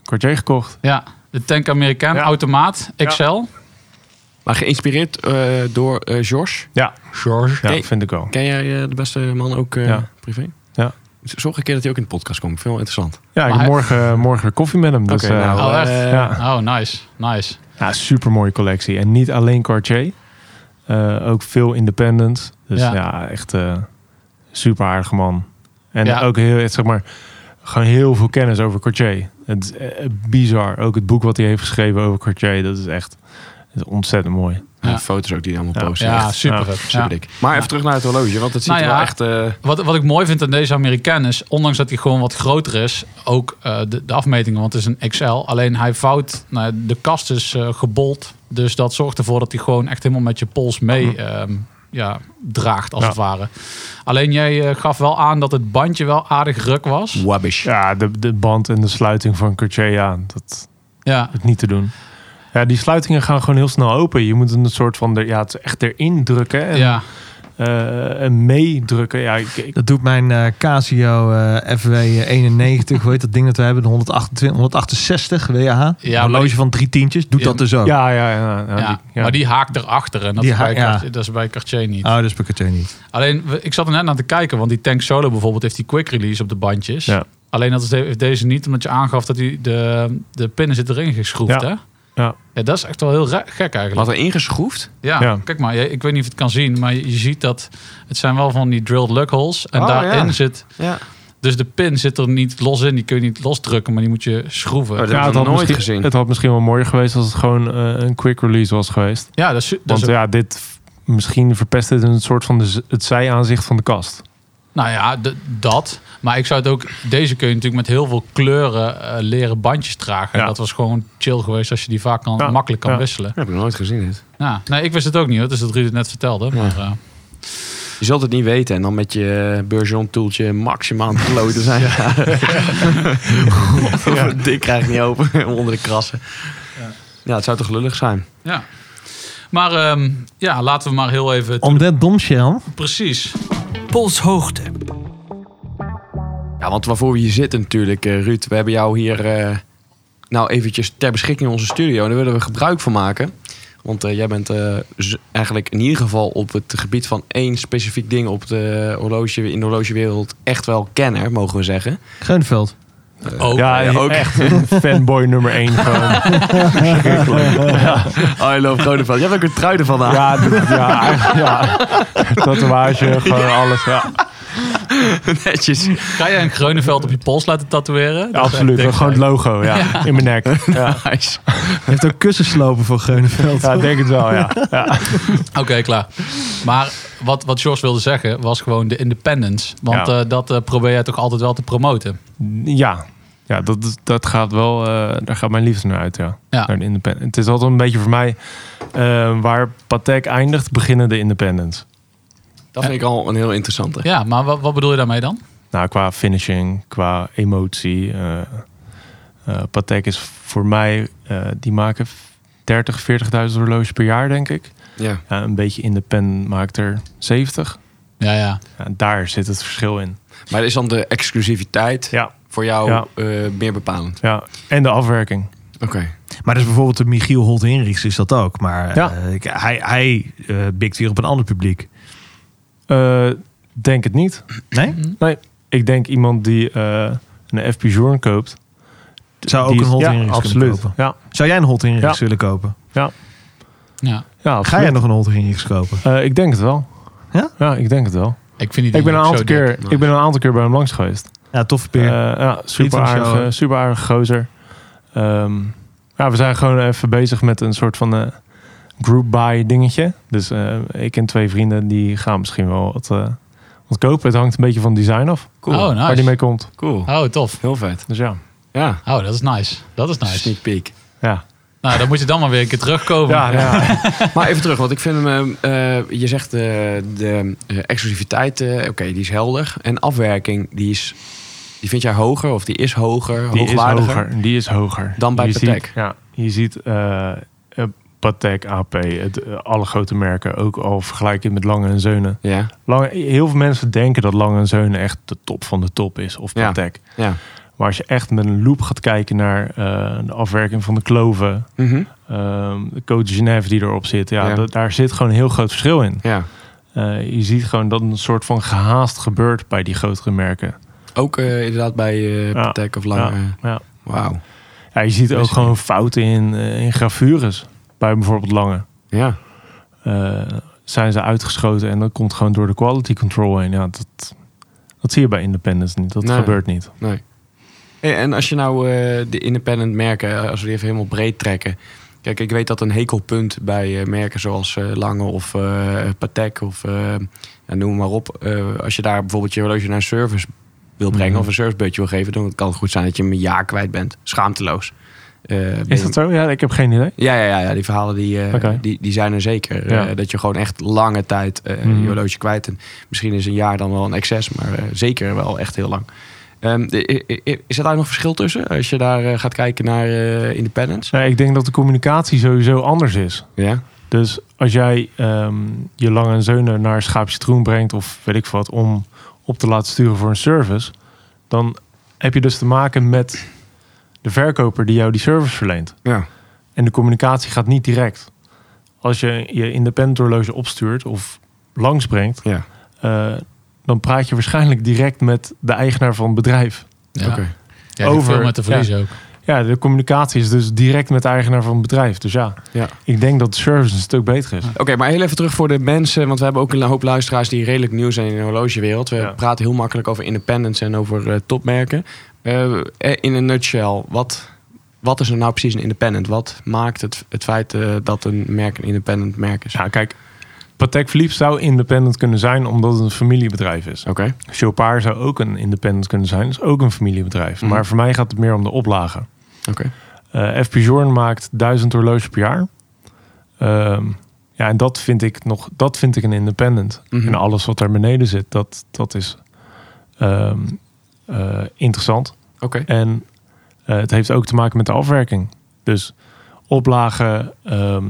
Speaker 2: Cartier gekocht.
Speaker 4: ja, de tank Amerikaan,
Speaker 2: Ja.
Speaker 4: automaat,
Speaker 2: Ja.
Speaker 4: XL.
Speaker 5: Maar geïnspireerd eh, door eh George.
Speaker 2: Ja,
Speaker 4: George.
Speaker 2: ja
Speaker 5: Hey.
Speaker 2: vind ik wel.
Speaker 5: Ken jij eh, de beste man ook eh,
Speaker 2: Ja.
Speaker 5: privé?
Speaker 2: Ja.
Speaker 5: Zorg een keer dat hij ook in de podcast komt. Veel interessant.
Speaker 2: Ja, ik
Speaker 4: Maar
Speaker 2: heb
Speaker 4: hij-
Speaker 2: morgen, morgen weer koffie met hem. Dus,
Speaker 5: Oké,
Speaker 2: eh,
Speaker 5: nou,
Speaker 4: Oh, echt?
Speaker 5: eh,
Speaker 2: ja.
Speaker 4: Oh, nice. Nice.
Speaker 2: ja, super mooie collectie. En niet alleen Cartier. eh, ook veel independent. Dus
Speaker 4: Ja.
Speaker 2: ja, echt eh super aardige man. En
Speaker 4: Ja.
Speaker 2: ook heel, zeg maar, gewoon heel veel kennis over Cartier. Het is eh, bizar. Ook het boek wat hij heeft geschreven over Cartier, dat is echt Het is ontzettend mooi.
Speaker 5: Ja.
Speaker 4: Ja.
Speaker 5: Foto's ook die hij allemaal
Speaker 2: Ja.
Speaker 5: posten.
Speaker 4: Ja,
Speaker 5: Echt
Speaker 4: super.
Speaker 2: Ja,
Speaker 4: vet.
Speaker 5: super
Speaker 4: Ja.
Speaker 5: dik. Maar even terug naar het horloge, want het ziet
Speaker 4: Nou
Speaker 5: er
Speaker 4: ja.
Speaker 5: wel echt... eh,
Speaker 4: Wat, wat ik mooi vind aan deze Amerikaan is, ondanks dat hij gewoon wat groter is, ook eh, de, de afmetingen, want het is een XL. Alleen hij vouwt, nou, ja, de kast is eh, gebold. Dus dat zorgt ervoor dat hij gewoon echt helemaal met je pols mee ehm, ja, draagt, als
Speaker 2: Mhm. Ja.
Speaker 4: het ware. Alleen jij eh, gaf wel aan dat het bandje wel aardig ruk was.
Speaker 5: Wabbish.
Speaker 2: Ja, de, de band en de sluiting van Cartier, ja, dat
Speaker 4: Ja,
Speaker 2: is niet te doen. Ja, die sluitingen gaan gewoon heel snel open. Je moet een soort van, er, ja, het is echt erin drukken en,
Speaker 4: ja.
Speaker 2: eh, en meedrukken. Ja, ik, ik-
Speaker 1: Dat doet mijn eh, Casio eh, FW91, hoe heet dat ding dat we hebben? De 128, 168 WH.
Speaker 4: maar
Speaker 1: een horloge
Speaker 4: die-
Speaker 1: van drie tientjes. Doet
Speaker 4: Ja,
Speaker 1: dat dus ook?
Speaker 2: ja, ja, ja, ja,
Speaker 4: ja.
Speaker 2: die- ja.
Speaker 4: Maar die haakt erachter en dat,
Speaker 1: Die
Speaker 4: is, bij
Speaker 1: haak- ja.
Speaker 4: Cartier- dat is bij Cartier niet.
Speaker 1: Oh, dat is Picatinny niet.
Speaker 4: Alleen, we- ik zat er net naar te kijken, want die Tank Solo bijvoorbeeld heeft die quick release op de bandjes.
Speaker 2: Ja.
Speaker 4: Alleen dat is de- heeft deze niet, omdat je aangaf dat die, de, de pinnen zitten erin geschroefd,
Speaker 2: Ja.
Speaker 4: hè?
Speaker 2: Ja.
Speaker 4: Dat is echt wel heel ra- gek eigenlijk.
Speaker 5: Wat er ingeschroefd?
Speaker 4: Ja,
Speaker 2: Ja.
Speaker 4: kijk maar, je- ik weet niet of je het kan zien, maar je je ziet dat het zijn wel van die drilled lug holes. En
Speaker 5: Oh,
Speaker 4: daarin
Speaker 5: ja.
Speaker 4: zit,
Speaker 5: Ja.
Speaker 4: dus de pin zit er niet los in, die kun je niet losdrukken, maar die moet je schroeven.
Speaker 5: Oh, dat-
Speaker 4: ja.
Speaker 5: hebben we nooit
Speaker 2: misschien,
Speaker 5: gezien.
Speaker 2: het had misschien wel mooier geweest als het gewoon eh, een quick release was geweest.
Speaker 5: Dus
Speaker 4: dat is, dat
Speaker 2: Want
Speaker 4: is-
Speaker 2: ja, dit f- misschien verpest het een soort van de, z- het zijaanzicht van de kast.
Speaker 4: nou ja, d- dat. Maar ik zou het ook, deze kun je natuurlijk met heel veel kleuren eh, leren bandjes dragen.
Speaker 2: Ja.
Speaker 4: Dat was gewoon chill geweest als je die vaak kan,
Speaker 2: Ja.
Speaker 4: makkelijk kan
Speaker 2: Ja.
Speaker 4: wisselen.
Speaker 5: Dat heb ik nog nooit gezien. dit.
Speaker 4: Ja, nee, ik wist het ook niet hoor. Dus dat Ruud het net vertelde. Maar, eh,
Speaker 5: Je zult het niet weten en dan met je Bergeron-toeltje maximaal aan het kloten zijn. ja. Dik krijg ik niet open onder de krassen. Ja, het zou toch lullig zijn?
Speaker 4: ja. maar ehm, ja, laten we maar heel even...
Speaker 1: Om dat domshell.
Speaker 4: Precies.
Speaker 3: polshoogte,
Speaker 5: Ja, want waarvoor we hier zitten natuurlijk, eh, Ruud. We hebben jou hier eh, nou eventjes ter beschikking in onze studio. En daar willen we gebruik van maken. Want eh, jij bent eh, z- eigenlijk in ieder geval op het gebied van één specifiek ding op de horloge, in de horlogewereld echt wel kenner, mogen we zeggen.
Speaker 1: Greunveld.
Speaker 4: Ook.
Speaker 2: ja,
Speaker 5: ja, ook.
Speaker 2: ook echt een fanboy nummer 1 gewoon.
Speaker 5: I love Groneveld. Je hebt ook een trui ervan aan.
Speaker 2: Ja, dat- ja, ja, tatoeage, gewoon alles. Ja,
Speaker 5: Netjes.
Speaker 4: Ga jij een Groeneveld op je pols laten tatoeëren? Dat is echt
Speaker 2: absoluut.
Speaker 4: dik,
Speaker 2: Gewoon het
Speaker 4: hè?
Speaker 2: logo ja, in mijn nek. Ja.
Speaker 5: Nice.
Speaker 1: Je hebt ook kussenslopen voor Greunveld.
Speaker 2: Ja, ik denk het wel, ja.
Speaker 4: Oké, klaar. Maar wat, wat George wilde zeggen was gewoon de independence. Want
Speaker 2: Ja.
Speaker 4: eh, dat eh, probeer jij toch altijd wel te promoten.
Speaker 2: Ja, ja dat, is- dat gaat wel, eh, daar gaat mijn liefde naar uit, ja.
Speaker 4: Ja.
Speaker 2: Naar de independent. Het is altijd een beetje voor mij, eh, waar Patek eindigt, beginnen de independents.
Speaker 5: Dat vind ik al een heel interessante.
Speaker 4: Ja, maar wat, wat bedoel je daarmee dan?
Speaker 2: Nou, qua finishing, qua emotie. eh, eh, Patek is voor mij, eh, die maken 30, 40.000 horloges per jaar, denk ik.
Speaker 5: Ja.
Speaker 2: Ja, een beetje independent maakt er 70.
Speaker 4: Ja, ja.
Speaker 2: Ja, daar zit het verschil in.
Speaker 5: Maar is dan de exclusiviteit
Speaker 2: Ja,
Speaker 5: voor jou
Speaker 2: Ja.
Speaker 5: eh, meer bepalend?
Speaker 2: ja. En de afwerking.
Speaker 5: Oké.
Speaker 1: Maar dus bijvoorbeeld de Michiel Holt Henrichs is dat ook. Maar
Speaker 2: Ja.
Speaker 1: eh, ik- hij, hij eh, bikt weer op een ander publiek.
Speaker 2: Eh, denk het niet.
Speaker 1: Nee?
Speaker 2: Mm. Ik denk iemand die eh, een FP Journe koopt.
Speaker 1: Zou ook
Speaker 2: die
Speaker 1: een
Speaker 2: is-
Speaker 1: Holt
Speaker 2: ja,
Speaker 1: Henrichs
Speaker 2: absoluut.
Speaker 1: kunnen kopen.
Speaker 2: Ja,
Speaker 1: Zou jij een Holt Henrichs
Speaker 2: Ja.
Speaker 1: willen kopen?
Speaker 4: ja.
Speaker 2: ja
Speaker 1: Ga jij
Speaker 2: absoluut.
Speaker 1: nog een Holt Henrichs kopen?
Speaker 2: Eh, ik denk het wel.
Speaker 1: Ja?
Speaker 2: Ja, ik denk het wel.
Speaker 4: Ik vind die
Speaker 2: Ik ben, een
Speaker 4: dingen ook zo
Speaker 2: aantal
Speaker 4: dik.
Speaker 2: keer, ik ben een aantal keer bij hem langs geweest.
Speaker 1: Ja, toffe peer.
Speaker 2: Eh, ja, super
Speaker 1: Vriend van de show,
Speaker 2: aardige,
Speaker 1: hè?
Speaker 2: super aardige gozer. Ehm, ja, we zijn gewoon even bezig met een soort van eh, group buy dingetje. Dus eh, ik en twee vrienden die gaan misschien wel wat, eh, wat kopen. Het hangt een beetje van het design af.
Speaker 5: Cool.
Speaker 4: Oh, nice.
Speaker 2: Waar die mee komt.
Speaker 5: Cool.
Speaker 4: Oh, tof.
Speaker 5: Heel vet.
Speaker 2: Dus ja.
Speaker 5: Ja.
Speaker 4: Oh, dat is nice. Dat is nice.
Speaker 5: Sneak peek.
Speaker 2: Ja,
Speaker 4: Nou, dan moet je dan maar weer een keer terugkomen.
Speaker 2: ja, ja.
Speaker 5: Ah, Maar even terug, want ik vind hem... eh, eh, je zegt eh, de eh, exclusiviteit, eh, oké, die is helder. En afwerking, die is... Die vind jij hoger of die is hoger,
Speaker 2: die is
Speaker 5: hoogwaardiger?
Speaker 2: hoger. Die is hoger.
Speaker 5: Dan bij
Speaker 2: je
Speaker 5: Patek.
Speaker 2: Ziet, ja, je ziet eh, eh, Patek, AP, het, eh, alle grote merken. Ook al vergelijkend met Lange en Zeunen.
Speaker 5: Ja,
Speaker 2: Lange, heel veel mensen denken dat Lange en Zeunen echt de top van de top is. Of
Speaker 5: Ja.
Speaker 2: Patek.
Speaker 5: ja.
Speaker 2: Maar als je echt met een loop gaat kijken naar eh, de afwerking van de kloven,
Speaker 5: Mhm.
Speaker 2: ehm, de Code Genève die erop zit, ja,
Speaker 5: Ja.
Speaker 2: dat- daar zit gewoon een heel groot verschil in.
Speaker 5: ja.
Speaker 2: Eh, je ziet gewoon dat een soort van gehaast gebeurt bij die grotere merken.
Speaker 5: Ook eh, inderdaad bij eh
Speaker 2: Ja.
Speaker 5: Patek of Lange.
Speaker 2: Ja.
Speaker 5: Wauw.
Speaker 2: Ja, je ziet ook
Speaker 5: Wist ik
Speaker 2: gewoon fouten in, eh, in gravures. Bij bijvoorbeeld Lange.
Speaker 5: Ja.
Speaker 2: Eh, zijn ze uitgeschoten en dat komt gewoon door de quality control heen. Ja, dat, dat zie je bij Independence niet. Dat
Speaker 5: Nee.
Speaker 2: gebeurt niet.
Speaker 5: Hey, en als je nou eh, de independent merken, eh, als we die even helemaal breed trekken. Kijk, ik weet dat een hekelpunt bij eh, merken zoals eh, Lange of eh, Patek of eh, ja, noem maar op. eh, als je daar bijvoorbeeld je horloge naar een service wil brengen
Speaker 2: Mhm.
Speaker 5: of een servicebeurtje wil geven, dan kan het goed zijn dat je hem een jaar kwijt bent. Schaamteloos. Eh, ben
Speaker 2: Is
Speaker 5: je-
Speaker 2: dat zo? Ja, ik heb geen idee.
Speaker 5: Ja, ja, ja, ja, die verhalen die, eh,
Speaker 2: Oké.
Speaker 5: die, die zijn er zeker.
Speaker 2: Ja.
Speaker 5: Eh, dat je gewoon echt lange tijd eh
Speaker 2: Mhm.
Speaker 5: je horloge kwijt. En misschien is een jaar dan wel een excess, maar eh, zeker wel echt heel lang. Ehm, de- i- i- is er daar nog verschil tussen als je daar eh, gaat kijken naar eh, independence?
Speaker 2: Nee, ik denk dat de communicatie sowieso anders is.
Speaker 5: Ja.
Speaker 2: Dus als jij ehm, je lange en zeuner naar Schaapje Troen brengt... of weet ik wat, om op te laten sturen voor een service... dan heb je dus te maken met de verkoper die jou die service verleent.
Speaker 5: ja.
Speaker 2: En de communicatie gaat niet direct. Als je je independent horloge opstuurt of langsbrengt...
Speaker 5: Ja.
Speaker 2: eh, dan praat je waarschijnlijk direct met de eigenaar van het bedrijf.
Speaker 4: Ja.
Speaker 5: Oké.
Speaker 4: Ja, Over.
Speaker 2: Over.
Speaker 4: Veel met de verlies ook.
Speaker 2: Ja, de communicatie is dus direct met de eigenaar van het bedrijf. Dus ja,
Speaker 5: Ja.
Speaker 2: ik denk dat de service een stuk beter is.
Speaker 5: Oké, maar heel even terug voor de mensen. Want we hebben ook een hoop luisteraars die redelijk nieuw zijn in de horlogewereld. We
Speaker 2: Ja.
Speaker 5: praten heel makkelijk over independence en over eh, topmerken. Eh, eh, in een nutshell, wat, wat is er nou precies een independent? Wat maakt het, het feit eh, dat een merk een independent merk is?
Speaker 2: Ja, kijk, Patek Philippe zou independent kunnen zijn omdat het een familiebedrijf is.
Speaker 5: Oké,
Speaker 2: Chopard zou ook een independent kunnen zijn, is ook een familiebedrijf.
Speaker 5: Mhm.
Speaker 2: Maar voor mij gaat het meer om de oplagen.
Speaker 5: oké.
Speaker 2: Eh, F. Pijorn maakt 1000 horloges per jaar. Ehm, ja, en dat vind ik nog, dat vind ik een independent.
Speaker 5: Mhm.
Speaker 2: En alles wat daar beneden zit, dat, dat is ehm, eh, interessant.
Speaker 5: Oké,
Speaker 2: En eh, het heeft ook te maken met de afwerking. Dus oplagen, ehm,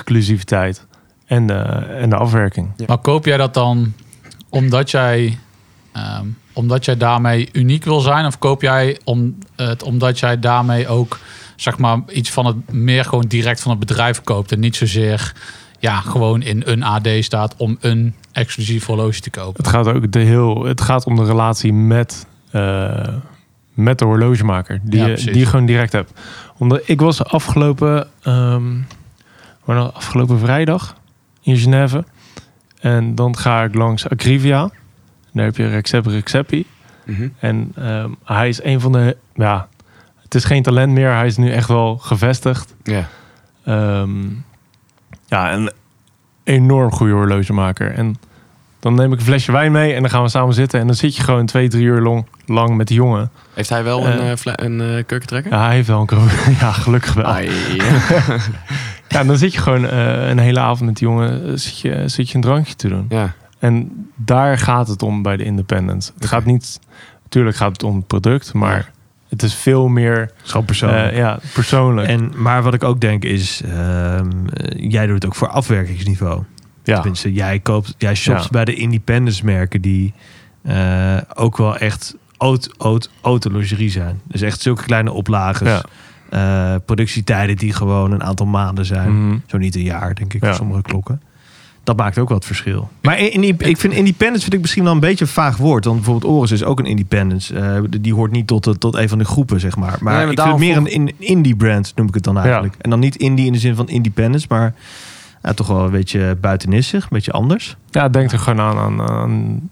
Speaker 2: exclusiviteit en de, en de afwerking.
Speaker 5: Ja.
Speaker 4: Maar koop jij dat dan omdat jij, ehm, omdat jij daarmee uniek wil zijn? Of koop jij om, het omdat jij daarmee ook zeg maar, iets van het meer gewoon direct van het bedrijf koopt? En niet zozeer ja, gewoon in een AD staat om een exclusief horloge te kopen.
Speaker 2: Het gaat ook de heel, het gaat om de relatie met, eh, met de horlogemaker. Die,
Speaker 4: Ja,
Speaker 2: je-
Speaker 4: precies.
Speaker 2: die je gewoon direct hebt. Omdat ik was afgelopen, ehm, waar nou, afgelopen vrijdag in Genève. En dan ga ik langs Acrivia. Daar heb je Recep Recepi.
Speaker 5: Mhm.
Speaker 2: En ehm, hij is een van de. Ja, het is geen talent meer. Hij is nu echt wel gevestigd.
Speaker 5: ja.
Speaker 2: Ehm, ja, een enorm goede horlogemaker. En dan neem ik een flesje wijn mee en dan gaan we samen zitten. En dan zit je gewoon twee, drie uur long, lang met die jongen.
Speaker 5: Heeft hij wel
Speaker 2: Eh.
Speaker 5: een, eh, fla- een eh, kurkentrekker?
Speaker 2: Ja, hij heeft wel een kroon. Ja, gelukkig wel.
Speaker 5: Ai, ja.
Speaker 2: Ja, en dan zit je gewoon eh, een hele avond met die jongen. eh, Zit je, zit je een drankje te doen.
Speaker 5: ja.
Speaker 2: En daar gaat het om bij de independent. Het
Speaker 5: Oké.
Speaker 2: gaat niet. Natuurlijk gaat het om het product, maar het is veel meer
Speaker 1: Gewoon persoonlijk.
Speaker 2: eh, ja, persoonlijk.
Speaker 1: En, maar wat ik ook denk is, ehm, eh, jij doet het ook voor afwerkingsniveau.
Speaker 2: ja.
Speaker 1: Tenminste, jij, koopt, jij shopt
Speaker 2: Ja.
Speaker 1: bij de independence merken die eh, ook wel echt oud, oud, autologerie zijn. Dus echt zulke kleine oplages.
Speaker 2: Ja.
Speaker 1: Eh, productietijden die gewoon een aantal maanden zijn.
Speaker 2: Mhm.
Speaker 1: Zo niet een jaar, denk ik,
Speaker 2: Ja.
Speaker 1: voor sommige klokken. Dat maakt ook wel het verschil. Maar in, in- ik vind independence vind ik misschien wel een beetje een vaag woord. Want bijvoorbeeld Oris is ook een independence. Eh, die hoort niet tot, de- tot een van de groepen, zeg maar. Maar
Speaker 5: maar
Speaker 1: ik vind het
Speaker 5: daarom
Speaker 1: meer een in- indie brand, noem ik het dan eigenlijk. En dan niet indie in de zin van independence, maar ja, toch wel een beetje buitenissig, een beetje anders.
Speaker 2: Ja, denk er gewoon aan, aan, aan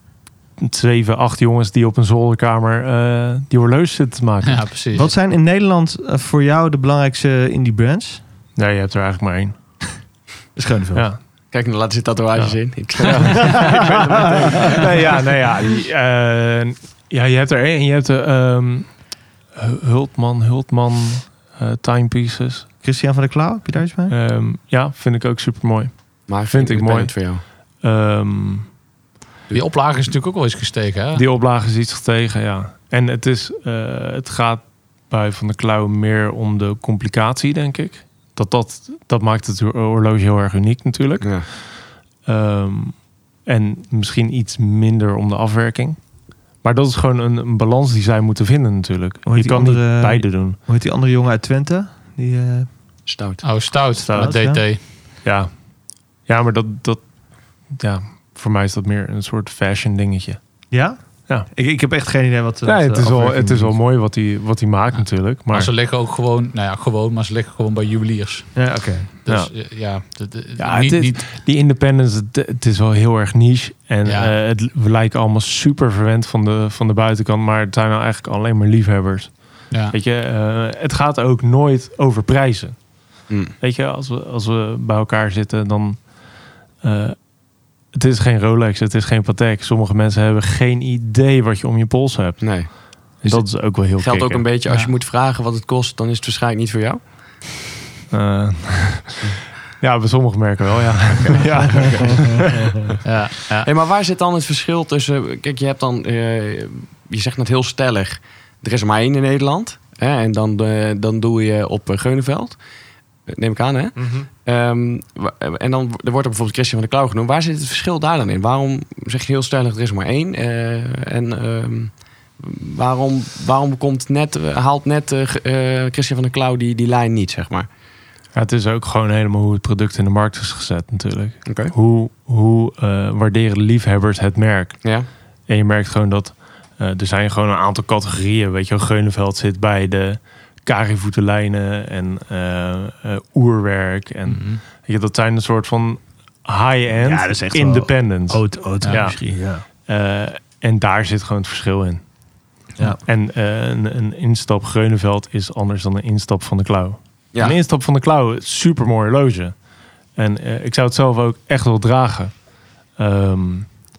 Speaker 2: zeven, acht jongens die op een zolderkamer eh, die horloge zitten te maken.
Speaker 4: Ja, precies.
Speaker 1: Wat zijn in Nederland eh, voor jou de belangrijkste indie brands?
Speaker 2: Nee, je hebt er eigenlijk maar één.
Speaker 1: Schoonveld.
Speaker 2: Ja.
Speaker 5: Kijk, nou laat zit tatoeages
Speaker 2: Ja.
Speaker 5: in. Ik,
Speaker 2: nee, ja, nee, ja. die, eh, ja, je hebt er één. en Je hebt de ehm, Hu- Hultman, Hultman eh, Timepieces.
Speaker 1: Christian van der Klauw, heb je daar iets mee?
Speaker 2: Ehm, ja, vind ik ook super mooi.
Speaker 5: Maar
Speaker 2: Vind ik
Speaker 5: independent
Speaker 2: mooi.
Speaker 5: voor jou.
Speaker 2: Ehm,
Speaker 4: Die oplage is natuurlijk ook wel eens gestegen. Hè?
Speaker 2: Die oplage is iets tegen, ja. En het, is, eh, het gaat bij Van der Klauw meer om de complicatie, denk ik. Dat, dat, dat maakt het hor- horloge heel erg uniek natuurlijk.
Speaker 5: Ja.
Speaker 2: Ehm, en misschien iets minder om de afwerking. Maar dat is gewoon een, een balans die zij moeten vinden natuurlijk.
Speaker 1: Hoe heet
Speaker 2: Je
Speaker 1: die
Speaker 2: kan
Speaker 1: andere-
Speaker 2: niet beide doen.
Speaker 1: Hoe heet die andere jongen uit Twente? Die, eh,
Speaker 5: Stout.
Speaker 4: Oh, stout,
Speaker 2: Stout,
Speaker 4: met DT.
Speaker 2: Ja, ja maar dat, dat, ja, voor mij is dat meer een soort fashion dingetje.
Speaker 1: Ja?
Speaker 2: Ja.
Speaker 1: Ik, ik heb echt geen idee wat...
Speaker 2: Nee,
Speaker 1: wat
Speaker 2: het,
Speaker 1: de
Speaker 2: is wel,
Speaker 1: afwerking
Speaker 2: het is wel
Speaker 1: is.
Speaker 2: mooi wat hij wat die maakt natuurlijk.
Speaker 4: Maar
Speaker 2: Maar
Speaker 4: ze liggen ook gewoon, nou ja, gewoon, maar ze liggen gewoon bij juweliers.
Speaker 1: Ja, oké.
Speaker 4: Dus eh, ja, de- de-
Speaker 2: Ja,
Speaker 4: niet,
Speaker 2: het is-
Speaker 4: niet,
Speaker 2: Die independence, het, het is wel heel erg niche. En
Speaker 4: Ja.
Speaker 2: eh, het, we lijken allemaal super verwend van de, van de buitenkant. Maar het zijn nou eigenlijk alleen maar liefhebbers.
Speaker 4: ja.
Speaker 2: Weet je, eh, het gaat ook nooit over prijzen.
Speaker 5: Mm.
Speaker 2: Weet je, als we, als we bij elkaar zitten, dan. eh, het is geen Rolex, het is geen Patek. Sommige mensen hebben geen idee wat je om je pols hebt.
Speaker 5: Nee. Dus
Speaker 2: dat is ook wel heel
Speaker 5: Geldt ook
Speaker 2: kicken.
Speaker 5: een beetje, als
Speaker 4: Ja.
Speaker 5: je moet vragen wat het kost, dan is het waarschijnlijk niet voor jou.
Speaker 2: Eh, ja, bij sommige merken wel, ja. ja.
Speaker 4: Ja, ja.
Speaker 5: Hey, maar waar zit dan het verschil tussen... Kijk, je hebt dan... eh, je zegt net heel stellig. Er is er maar één in Nederland. Hè, en dan, eh, dan doe je op eh, Geunenveld. Neem ik aan, hè? Ehm, wa- en dan er wordt er bijvoorbeeld Christian van der Klauw genoemd. Waar zit het verschil daar dan in? Waarom zeg je heel stellig, er is er maar één? Eh, en ehm, waarom, waarom komt net, haalt net eh, ge- eh, Christian van der Klauw die, die lijn niet, zeg maar?
Speaker 2: Ja, Het is ook gewoon helemaal hoe het product in de markt is gezet natuurlijk.
Speaker 5: Oké.
Speaker 2: Hoe, hoe eh, waarderen liefhebbers het merk?
Speaker 5: Ja.
Speaker 2: En je merkt gewoon dat eh, er zijn gewoon een aantal categorieën. Weet je, wel, Geunenveld zit bij de karivoetenlijnen en eh, eh, oerwerk. En
Speaker 4: Mhm.
Speaker 2: weet je, dat zijn een soort van high-end
Speaker 1: Hmm. Ja, dat is echt wel- Oh,
Speaker 2: independent.
Speaker 1: Auto, auto
Speaker 2: Ja.
Speaker 1: misschien, ja.
Speaker 2: Eh, en daar zit gewoon het verschil in.
Speaker 1: Ja.
Speaker 2: En eh, een, een instap Geunenveld is anders dan een instap van de klauw.
Speaker 5: Ja.
Speaker 2: Een instap van de klauw, super mooi horloge. En eh, ik zou het zelf ook echt wel dragen. Ehm,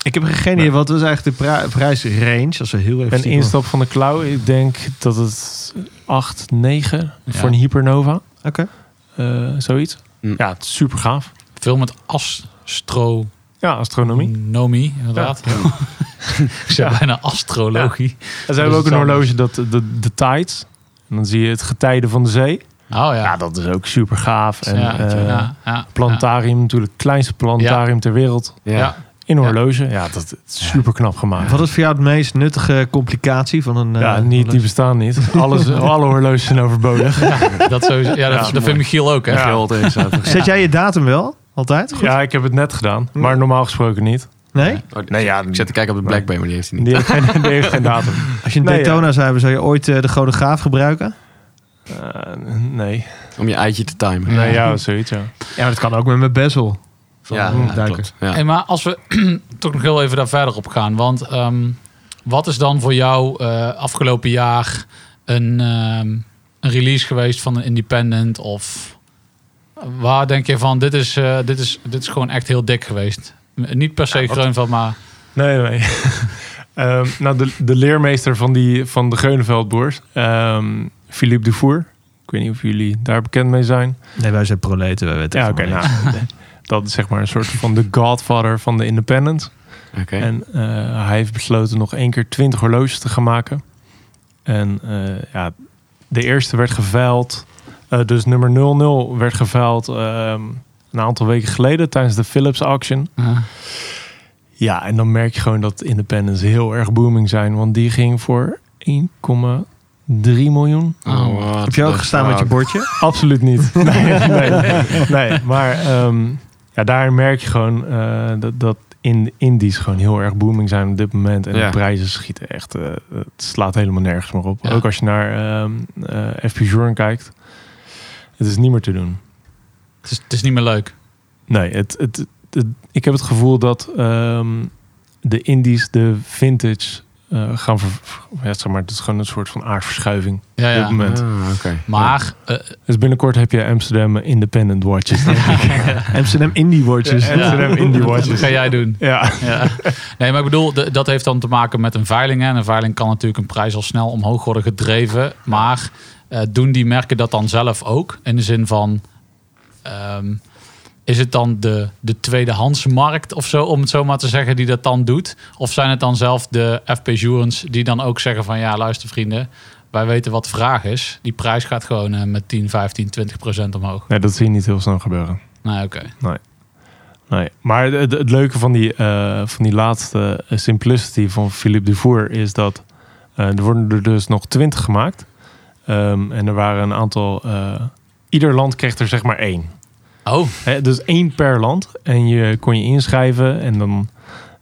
Speaker 1: Ik heb geen idee, wat was eigenlijk de pra- prijsrange? Als we heel even
Speaker 2: een
Speaker 1: stiekem-
Speaker 2: instap van de klauw, ik denk dat het 8, 9
Speaker 4: Ja.
Speaker 2: voor een Hypernova,
Speaker 1: Oké.
Speaker 2: eh, zoiets.
Speaker 5: Hm.
Speaker 2: Ja, het is super gaaf.
Speaker 4: Veel met astronomie,
Speaker 2: Ja,
Speaker 4: Mm.
Speaker 2: astronomie.
Speaker 4: inderdaad. Ik zei bijna astrologie.
Speaker 2: En ze hebben ook
Speaker 4: iets
Speaker 2: een
Speaker 4: anders.
Speaker 2: horloge, dat, eh, de, de Tides. En dan zie je het getijden van de zee.
Speaker 4: Oh ja.
Speaker 2: Ja, dat is ook super gaaf. En,
Speaker 4: ja,
Speaker 2: eh,
Speaker 4: ja, ja.
Speaker 2: Planetarium, natuurlijk het kleinste planetarium ter wereld.
Speaker 5: Ja.
Speaker 4: Ja.
Speaker 2: In een horloge. Ja, dat is super knap gemaakt.
Speaker 1: Wat is voor jou het meest nuttige complicatie van een...
Speaker 2: ja,
Speaker 1: eh,
Speaker 2: niet, die bestaan niet. Alles, alle horloges zijn overbodig.
Speaker 4: Ja, dat sowieso. Ja, dat, dat vindt Michiel ook, hè?
Speaker 2: Ja.
Speaker 5: Geld is, eh,
Speaker 1: Zet jij je datum wel? Altijd? Goed?
Speaker 2: Ja, ik heb het net gedaan. Maar normaal gesproken niet.
Speaker 1: Nee?
Speaker 5: nee, ja, ik zit te kijken op de Blackberry, maar die heeft hij niet.
Speaker 2: Die heeft geen, die heeft geen datum.
Speaker 1: Als je een
Speaker 2: Nee, ja.
Speaker 1: Daytona zou hebben, zou je ooit eh, de Godegraaf gebruiken?
Speaker 2: Eh, nee.
Speaker 5: Om je eitje te timen.
Speaker 2: Nee, ja, zoiets. Ja.
Speaker 1: Ja, maar dat kan ook met mijn bezel.
Speaker 5: Ja,
Speaker 1: Van,
Speaker 5: ja,
Speaker 1: eh, duiken.
Speaker 5: klopt. Ja.
Speaker 4: Hey, maar als we toch nog heel even daar verder op gaan. Want ehm, wat is dan voor jou eh, afgelopen jaar een, ehm, een release geweest van een independent? Of waar denk je van, dit is, eh, dit is, dit is gewoon echt heel dik geweest? M- Niet per se Groenveld, maar...
Speaker 2: Nee, nee. Ehm, nou, de, de leermeester van, die, van de Geuneveldboers, ehm Philippe Dufour. Ik weet niet of jullie daar bekend mee zijn.
Speaker 1: Nee, wij zijn proleten, wij weten
Speaker 2: Ja,
Speaker 1: echt
Speaker 2: oké.
Speaker 1: van niks.
Speaker 2: nou, dat is zeg maar een soort van de godfather van de independent.
Speaker 5: Oké.
Speaker 2: En eh, hij heeft besloten nog één keer 20 horloges te gaan maken. En eh, ja, de eerste werd geveild. eh, dus nummer 00 werd geveild ehm, een aantal weken geleden tijdens de Philips auction. Ja, en dan merk je gewoon dat independents heel erg booming zijn. Want die ging voor 1,3 miljoen.
Speaker 5: Oh, what
Speaker 1: Heb je ook
Speaker 5: the
Speaker 1: gestaan met je
Speaker 5: fuck.
Speaker 1: bordje?
Speaker 2: Absoluut niet. Nee, nee, nee. maar ehm, ja, daar merk je gewoon eh, dat, dat in, indies gewoon heel erg booming zijn op dit moment. En
Speaker 5: Ja.
Speaker 2: de prijzen schieten echt, eh, het slaat helemaal nergens meer op.
Speaker 4: Ja.
Speaker 2: Ook als je naar ehm eh, FP Journe kijkt, het is niet meer te doen.
Speaker 4: Het is, het is niet meer leuk.
Speaker 2: Nee, het, het, het- ik heb het gevoel dat ehm, de indies de vintage eh, gaan... Ver, ja, zeg maar, het is gewoon een soort van aardverschuiving
Speaker 4: Ja,
Speaker 2: op dit
Speaker 4: ja.
Speaker 2: moment.
Speaker 5: Ah, oké.
Speaker 4: Maar eh,
Speaker 2: Dus binnenkort heb je Amsterdam Independent Watches.
Speaker 1: Amsterdam Indie Watches.
Speaker 2: Ja, Amsterdam Indie
Speaker 4: dat
Speaker 2: Watches.
Speaker 4: eh, ga jij doen.
Speaker 2: Ja.
Speaker 4: Ja. Nee, maar ik bedoel, de- dat heeft dan te maken met een veiling. Hè? En een veiling kan natuurlijk een prijs al snel omhoog worden gedreven. Maar eh, doen die merken dat dan zelf ook? In de zin van, ehm, is het dan de, de tweedehandsmarkt of zo, om het zo maar te zeggen, die dat dan doet? Of zijn het dan zelf de FP Jurens die dan ook zeggen van, ja, luister vrienden, wij weten wat de vraag is. Die prijs gaat gewoon eh, met 10, 15, 20 procent omhoog.
Speaker 2: Nee, dat zie je niet heel snel gebeuren.
Speaker 4: Nee, oké.
Speaker 2: Nee. Maar het, het leuke van die, eh, van die laatste eh, simplicity van Philippe Dufour is dat eh, er worden er dus nog twintig gemaakt. Ehm, en er waren een aantal. eh, ieder land kreeg er zeg maar één.
Speaker 4: Oh,
Speaker 2: Hè, dus één per land. En je kon je inschrijven en dan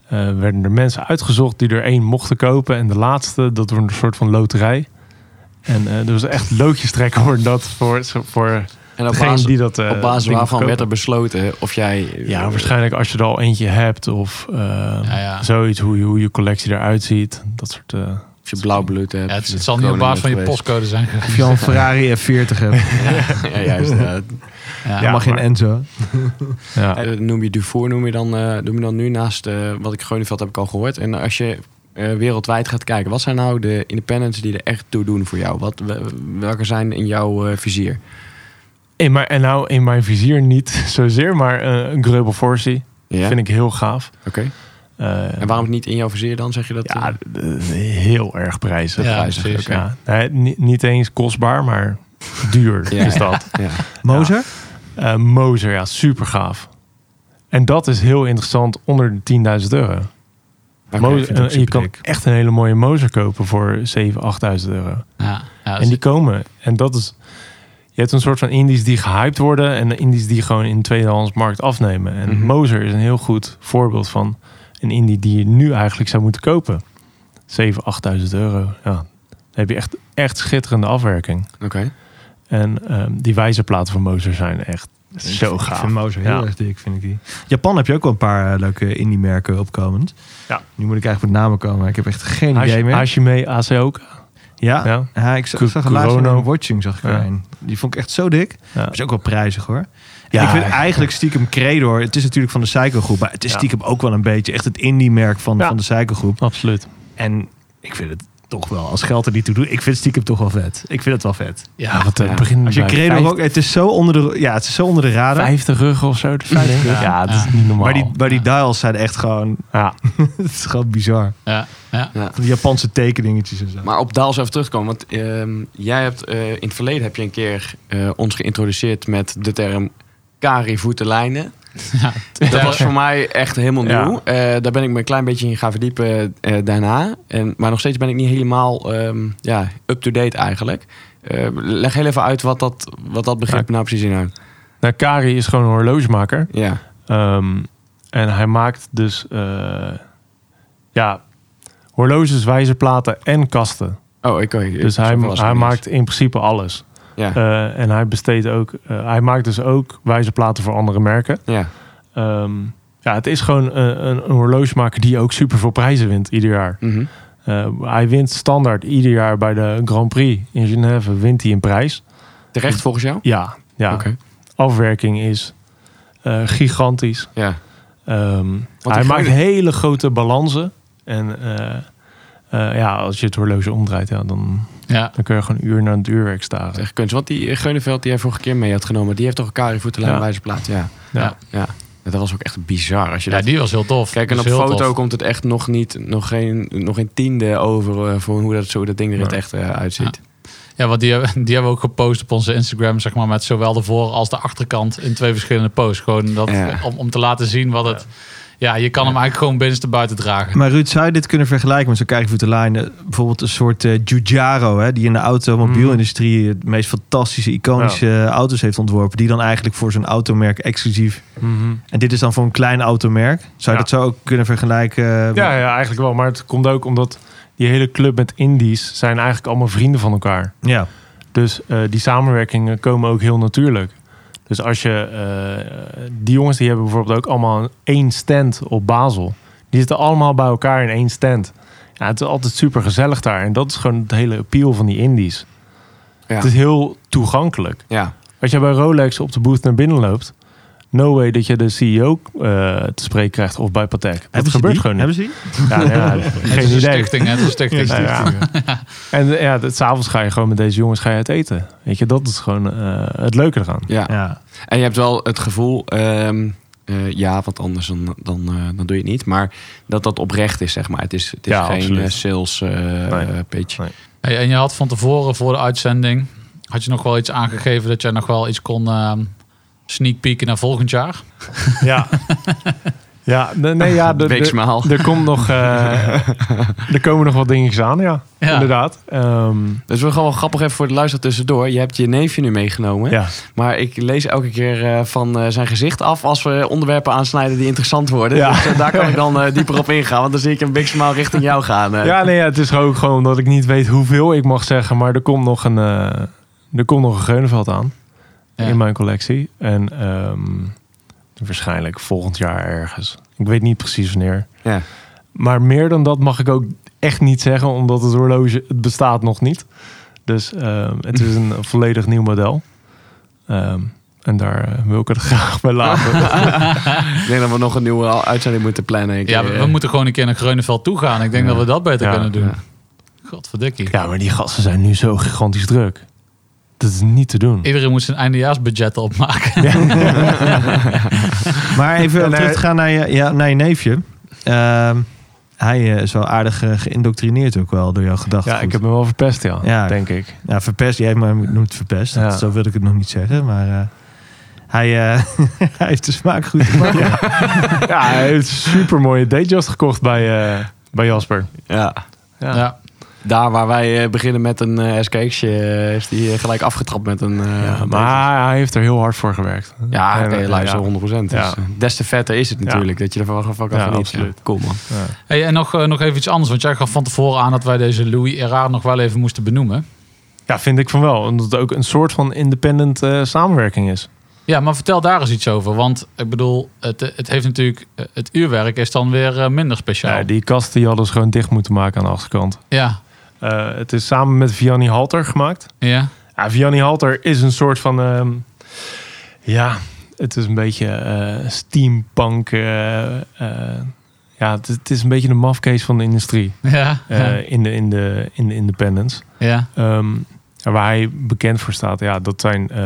Speaker 2: eh, werden er mensen uitgezocht die er één mochten kopen. En de laatste, dat wordt een soort van loterij. En eh, er was echt loodjes trekken voor dat voor, voor
Speaker 5: En op
Speaker 2: degene
Speaker 5: basis,
Speaker 2: die dat. eh,
Speaker 5: op basis
Speaker 2: ding
Speaker 5: waarvan
Speaker 2: verkopen.
Speaker 5: werd er besloten of jij...
Speaker 2: Ja, waarschijnlijk als je er al eentje hebt of eh,
Speaker 4: Ja, ja.
Speaker 2: zoiets, hoe je, hoe je collectie eruit ziet. Dat soort eh,
Speaker 5: Of je blauw bloed hebt.
Speaker 4: Ja, het,
Speaker 5: of je
Speaker 4: het zal niet op basis van je
Speaker 5: koning bent
Speaker 4: postcode zijn.
Speaker 1: Of je al een Ferrari F40 hebt.
Speaker 5: geweest. Ja, juist. ja.
Speaker 4: Ja.
Speaker 1: mag geen
Speaker 2: maar-
Speaker 1: Enzo.
Speaker 2: Ja.
Speaker 5: Eh, noem je Dufour, noem je dan, eh, noem je dan nu naast eh, wat ik Groeneveld heb ik al gehoord. En als je eh, wereldwijd gaat kijken, wat zijn nou de independents die er echt toe doen voor jou? Wat, we- welke zijn in jouw eh, vizier?
Speaker 2: In mijn, en nou, in mijn vizier niet zozeer, maar eh, een Greubel Forsie
Speaker 5: Ja,
Speaker 2: vind ik heel gaaf.
Speaker 5: oké.
Speaker 2: Eh,
Speaker 5: En waarom niet in jouw vizier dan, zeg je dat?
Speaker 2: Ja,
Speaker 5: eh?
Speaker 2: d- d- heel erg prijzig.
Speaker 4: Ja,
Speaker 5: prijzig,
Speaker 4: precies.
Speaker 5: oké.
Speaker 2: Ja, nee, ni- niet eens kostbaar, maar duur
Speaker 5: Ja.
Speaker 2: is dat.
Speaker 5: ja.
Speaker 1: Mozer?
Speaker 2: Eh, Moser, ja, super gaaf. En dat is heel interessant onder de 10.000 euro.
Speaker 5: Oké.
Speaker 2: Moser-
Speaker 1: vind ik ook
Speaker 2: eh, je kan
Speaker 1: superdik.
Speaker 2: echt een hele mooie Moser kopen voor 7.000, 8.000 euro.
Speaker 4: Ja, ja, dat
Speaker 2: En
Speaker 4: is-
Speaker 2: die komen. En dat is. Je hebt een soort van indies die gehyped worden en indies die gewoon in de tweedehandsmarkt afnemen. En
Speaker 5: Mhm.
Speaker 2: Moser is een heel goed voorbeeld van een indie die je nu eigenlijk zou moeten kopen. 7.000, 8.000 euro. Ja. Dan heb je echt, echt schitterende afwerking.
Speaker 5: Oké.
Speaker 2: En ehm, die wijzerplaten van Moser zijn echt zo
Speaker 1: Ik
Speaker 2: gaaf.
Speaker 1: vind Mozer heel
Speaker 2: Ja.
Speaker 1: erg dik, vind ik die. Japan heb je ook wel een paar eh, leuke indie-merken opkomend.
Speaker 2: Ja.
Speaker 1: Nu moet ik eigenlijk met namen komen. maar Ik heb echt geen
Speaker 2: Hash-
Speaker 1: idee meer.
Speaker 2: Hashime Aseoka.
Speaker 1: Ja,
Speaker 2: Ja.
Speaker 1: ja, ik zag,
Speaker 2: Ku-
Speaker 1: zag een laatste
Speaker 2: Kurono.
Speaker 1: in Watching, zag ik er
Speaker 2: Ja.
Speaker 1: een. Die vond ik echt zo dik.
Speaker 2: Ja.
Speaker 1: Is ook wel prijzig hoor.
Speaker 2: Ja,
Speaker 1: En ik vind
Speaker 2: ja.
Speaker 1: eigenlijk stiekem Credor. Het is natuurlijk van de Psycho groep, maar het is
Speaker 2: Ja.
Speaker 1: stiekem ook wel een beetje echt het indie merk van,
Speaker 2: Ja.
Speaker 1: van de Psycho groep.
Speaker 2: Absoluut.
Speaker 1: En ik vind het toch wel als geld er niet toe doet. Ik vind het stiekem toch wel vet. Ik vind het wel vet.
Speaker 2: Ja, wat
Speaker 5: Ja.
Speaker 2: het begin
Speaker 1: eh, Als je
Speaker 2: bij
Speaker 1: Credor
Speaker 2: vijf-
Speaker 1: ook, het is zo onder de ja, het is zo onder de radar.
Speaker 2: 50 rug of zo. 50
Speaker 4: Ja.
Speaker 2: ja, dat is
Speaker 4: Ja.
Speaker 2: niet normaal.
Speaker 1: Maar die, maar die dials zijn echt gewoon,
Speaker 2: ja.
Speaker 1: het is gewoon bizar.
Speaker 4: ja, ja.
Speaker 5: Ja.
Speaker 1: Van die Japanse tekeningetjes en zo.
Speaker 5: Maar op Daals even terugkomen. Want ehm, jij hebt eh, in het verleden heb je een keer eh, ons geïntroduceerd met de term kari voetenlijnen. Dat was voor mij echt helemaal
Speaker 2: Ja.
Speaker 5: nieuw. Eh, daar ben ik me een klein beetje in gaan verdiepen eh, daarna. En, maar nog steeds ben ik niet helemaal ehm, ja, up-to-date eigenlijk. Eh, leg heel even uit wat dat, wat dat begrip nou precies inhoudt.
Speaker 2: Nou, Kari is gewoon een horlogemaker.
Speaker 5: Ja,
Speaker 2: Ehm, en hij maakt dus eh, ja, horloges, wijzerplaten en kasten.
Speaker 5: oh, ik, ik
Speaker 2: Dus
Speaker 5: ik-
Speaker 2: hij,
Speaker 5: ik- was
Speaker 2: hij
Speaker 5: niet eens.
Speaker 2: maakt in principe alles.
Speaker 5: Ja,
Speaker 2: Eh, en hij besteedt ook, eh, hij maakt dus ook wijzerplaten voor andere merken.
Speaker 5: ja.
Speaker 2: Ehm, ja, het is gewoon een, een, een horlogemaker die ook super veel prijzen wint ieder jaar.
Speaker 5: Mhm.
Speaker 2: Eh, hij wint standaard ieder jaar bij de Grand Prix in Genève wint hij een prijs.
Speaker 5: Terecht volgens jou?
Speaker 2: Ja, ja.
Speaker 5: Oké.
Speaker 2: afwerking is eh, gigantisch.
Speaker 5: Ja.
Speaker 2: Ehm,
Speaker 5: Want
Speaker 2: hij
Speaker 5: ik
Speaker 2: maakt
Speaker 5: gooi-
Speaker 2: hele grote balansen. En eh, eh, ja, als je het horloge omdraait, ja, dan,
Speaker 4: Ja.
Speaker 2: dan kun je gewoon uur naar het uurwerk staan.
Speaker 5: Echt kunst. Want die Geunenveld die jij vorige keer mee had genomen, die heeft toch een kari voetenlijn
Speaker 2: Ja.
Speaker 5: bij zijn plaats. Ja.
Speaker 2: Ja.
Speaker 5: ja. Dat was ook echt bizar. Als je
Speaker 4: Ja,
Speaker 5: dat
Speaker 4: die was heel tof.
Speaker 5: Kijk, en
Speaker 4: Dat
Speaker 5: op
Speaker 4: is heel
Speaker 5: foto
Speaker 4: tof.
Speaker 5: komt het echt nog niet, nog geen, nog geen tiende over eh, voor hoe dat, zo, dat ding er in het
Speaker 2: Ja.
Speaker 5: echt eh, uitziet.
Speaker 4: Ja, want die, hebben- die hebben we ook gepost op onze Instagram, zeg maar, met zowel de voor- als de achterkant in twee verschillende posts. Gewoon dat,
Speaker 5: Ja.
Speaker 4: om, om te laten zien wat het. Ja, je kan hem eigenlijk gewoon binnenste buiten dragen.
Speaker 1: Maar Ruud, zou je dit kunnen vergelijken met zo'n Krijgvoeterlijn? Bijvoorbeeld een soort eh Giugiaro, hè, die in de automobielindustrie
Speaker 2: Mhm.
Speaker 1: het meest fantastische, iconische eh, auto's heeft ontworpen. Die dan eigenlijk voor zo'n automerk exclusief.
Speaker 2: Mhm.
Speaker 1: En dit is dan voor een klein automerk. Zou je
Speaker 2: Ja.
Speaker 1: dat zo ook kunnen vergelijken? eh,
Speaker 2: ja,
Speaker 1: met-
Speaker 2: ja, eigenlijk wel. Maar het komt ook omdat die hele club met indies zijn eigenlijk allemaal vrienden van elkaar.
Speaker 1: ja.
Speaker 2: Dus eh, die samenwerkingen komen ook heel natuurlijk. Dus als je... eh, die jongens die hebben bijvoorbeeld ook allemaal een- één stand op Basel. Die zitten allemaal bij elkaar in één stand. Ja, het is altijd super gezellig daar. En dat is gewoon het hele appeal van die indies.
Speaker 5: Ja.
Speaker 2: Het is heel toegankelijk.
Speaker 5: Ja.
Speaker 2: Als je bij Rolex op de booth naar binnen loopt... No way dat je de CEO eh, te spreken krijgt of bij Patek. Dat
Speaker 1: Hebben ze
Speaker 2: gebeurt
Speaker 1: die?
Speaker 2: gewoon niet.
Speaker 1: Hebben ze die?
Speaker 2: Ja, ja,
Speaker 4: het
Speaker 2: geen
Speaker 4: is een
Speaker 2: idee.
Speaker 4: stichting, hè, het is een stichting.
Speaker 2: Ja, ja. En eh, ja, dat- s'avonds ga je gewoon met deze jongens ga je uit eten. Weet je, dat is gewoon eh, het leuke eraan.
Speaker 5: Ja.
Speaker 1: Ja.
Speaker 5: En je hebt wel het gevoel, ehm, eh, ja, want anders dan, dan, eh, dan doe je het niet. Maar dat dat oprecht is, zeg maar. Het is, het is
Speaker 2: Ja,
Speaker 5: geen
Speaker 2: absoluut.
Speaker 5: eh, sales eh eh, pitch.
Speaker 4: Hey, en je had van tevoren voor de uitzending, had je nog wel iets aangegeven dat jij nog wel iets kon ehm sneak peeken naar volgend jaar?
Speaker 2: Ja. Ja, nee, nee, ja, de-
Speaker 5: Week
Speaker 2: de-
Speaker 5: smaal.
Speaker 2: er, komt nog, eh, er komen nog wat dingetjes aan, ja.
Speaker 4: Ja.
Speaker 2: Inderdaad. Ehm,
Speaker 5: Dus we gaan wel grappig even voor de luisteraar tussendoor. Je hebt je neefje nu meegenomen.
Speaker 2: ja.
Speaker 5: Maar ik lees elke keer eh, van eh, zijn gezicht af als we onderwerpen aansnijden die interessant worden.
Speaker 2: Ja.
Speaker 5: Dus eh, daar kan ik dan eh, dieper op ingaan. Want dan zie ik een big smile richting jou gaan. eh.
Speaker 2: ja, nee, ja, het is ook gewoon dat ik niet weet hoeveel ik mag zeggen. Maar er komt nog een, eh, er komt nog een Geunenveld aan
Speaker 4: Ja.
Speaker 2: in mijn collectie. En ehm, waarschijnlijk volgend jaar ergens. Ik weet niet precies wanneer.
Speaker 5: Ja.
Speaker 2: Maar meer dan dat mag ik ook echt niet zeggen, omdat het horloge het bestaat nog niet. Dus ehm, het is een volledig nieuw model. Ehm, en daar eh, wil ik het graag bij laten.
Speaker 5: Ik denk dat we nog een nieuwe uitzending moeten plannen. Ik,
Speaker 4: Ja, we,
Speaker 5: eh,
Speaker 4: we moeten gewoon een keer naar Groeneveld toe gaan. Ik denk dat we dat beter
Speaker 2: Ja,
Speaker 4: kunnen doen.
Speaker 5: ja.
Speaker 4: Godverdikkie.
Speaker 2: ja, maar die gasten zijn nu zo gigantisch druk. Dat is niet te doen.
Speaker 4: Iedereen moet zijn eindejaarsbudget opmaken.
Speaker 1: Maar even
Speaker 2: En, eh,
Speaker 1: terug te gaan naar je, ja, naar je neefje. Ehm, hij eh, is wel aardig eh, geïndoctrineerd ook wel door jouw gedachten.
Speaker 2: Ja, ik heb hem wel verpest, ja,
Speaker 1: Ja.
Speaker 2: denk ik.
Speaker 1: ja, verpest, jij maar noemt verpest. Dat-
Speaker 2: Ja.
Speaker 1: Zo wil ik het nog niet zeggen, maar... eh, hij, eh, hij heeft de smaak goed te pakken.
Speaker 2: Ja, hij heeft een super mooie dayjust gekocht bij, eh, bij Jasper.
Speaker 5: ja.
Speaker 2: Ja.
Speaker 4: Ja.
Speaker 5: Daar waar wij eh, beginnen met een eh SKX'je, eh, is die eh, gelijk afgetrapt met een... eh,
Speaker 2: Ja,
Speaker 5: een
Speaker 2: maar hij heeft er heel hard voor gewerkt.
Speaker 5: beetje. Ja, oké,
Speaker 2: En,
Speaker 5: luister,
Speaker 2: ja.
Speaker 5: 100%. Dus,
Speaker 2: Ja.
Speaker 5: eh, Des te vetter is het natuurlijk, dat je ervan van fuck af
Speaker 2: Ja,
Speaker 5: geniet.
Speaker 2: absoluut.
Speaker 5: Ja, cool man.
Speaker 4: Hey, en nog, eh, nog even iets anders. Want jij gaf van tevoren aan dat wij deze Louis Erard nog wel even moesten benoemen.
Speaker 2: Ja, vind ik van wel. Omdat het ook een soort van independent eh, samenwerking is.
Speaker 4: Ja, maar vertel daar eens iets over. Want ik bedoel, het, het heeft natuurlijk... eh, Het uurwerk is dan weer eh, minder speciaal.
Speaker 2: Ja,
Speaker 4: Ja,
Speaker 2: die kast die hadden ze gewoon dicht moeten maken aan de achterkant.
Speaker 4: ja,
Speaker 2: Eh, het is samen met Vianney Halter gemaakt.
Speaker 4: ja.
Speaker 2: Ja, Vianney Halter is een soort van... ehm, ja, het is een beetje eh, steampunk. eh, eh, ja, het, het is een beetje de mafcase van de industrie.
Speaker 4: Ja,
Speaker 2: eh, in, de, in, de, in de independence.
Speaker 4: ja.
Speaker 2: Ehm, waar hij bekend voor staat, ja, dat zijn eh,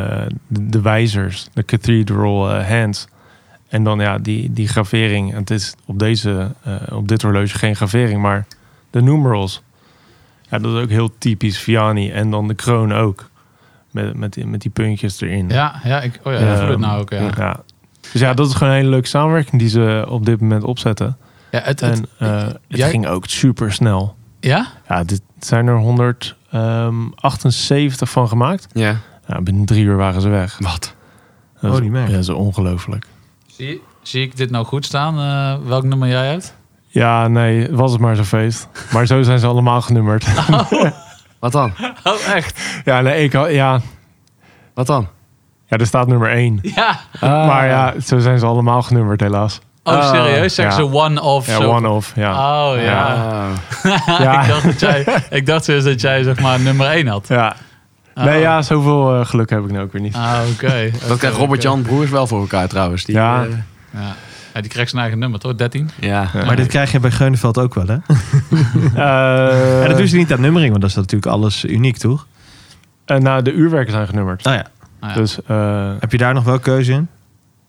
Speaker 2: de, de wijzers, de cathedral eh, hands. En dan ja, die, die gravering. En Het is op, deze, eh, op dit horloge geen gravering, maar de numerals. Ja, dat is ook heel typisch Vianney. En dan de kroon ook. Met, met, die, met die puntjes erin.
Speaker 4: Ja, ja, ik, oh ja, ik voel het
Speaker 2: Ehm,
Speaker 4: nou ook. Ja.
Speaker 2: Ja. Dus ja, dat is gewoon een hele leuke samenwerking die ze op dit moment opzetten.
Speaker 4: Ja, het, het-
Speaker 2: En eh, het
Speaker 4: jij-
Speaker 2: ging ook super snel.
Speaker 4: ja?
Speaker 2: Ja, dit zijn er 178 van gemaakt.
Speaker 5: Ja.
Speaker 2: Ja, binnen drie uur waren ze weg.
Speaker 5: Wat?
Speaker 2: Dat is-
Speaker 1: die merk.
Speaker 2: Ja, dat is ongelooflijk.
Speaker 4: Zie, zie ik dit nou goed staan? eh, welk nummer jij hebt?
Speaker 2: Ja, nee, was het maar zo'n feest. Maar zo zijn ze allemaal genummerd.
Speaker 5: Wat dan?
Speaker 4: Oh, echt?
Speaker 2: ja, nee, ik, had- ja,
Speaker 5: Wat dan?
Speaker 2: ja, er staat nummer één.
Speaker 4: Ja.
Speaker 1: Ah.
Speaker 2: maar ja, zo zijn ze allemaal genummerd helaas.
Speaker 4: Oh, serieus? Zeg
Speaker 2: Ah, ja.
Speaker 4: ze one of
Speaker 2: Ja,
Speaker 4: zo?
Speaker 2: one-off. Ja.
Speaker 4: Oh ja.
Speaker 5: Ah.
Speaker 2: Ja.
Speaker 4: ik, dacht dat jij, ik dacht dus dat jij zeg maar nummer 1 had.
Speaker 2: ja.
Speaker 1: Ah.
Speaker 2: Nee, ja, zoveel eh, geluk heb ik nu ook weer niet.
Speaker 4: Ah, oké.
Speaker 5: Dat krijgt Robert-Jan Broers wel voor elkaar trouwens. Die,
Speaker 2: Ja.
Speaker 5: eh,
Speaker 4: Ja. Ja, die krijgt zijn eigen nummer, toch? 13?
Speaker 5: ja.
Speaker 1: Maar dit krijg je bij Geunenveld ook wel, hè?
Speaker 2: Eh,
Speaker 1: en dat doen ze niet aan nummering, want dat is natuurlijk alles uniek, toch?
Speaker 2: eh, nou, de uurwerken zijn genummerd.
Speaker 1: Nou ja,
Speaker 4: Ah, ja.
Speaker 2: Dus eh,
Speaker 1: heb je daar nog wel keuze in?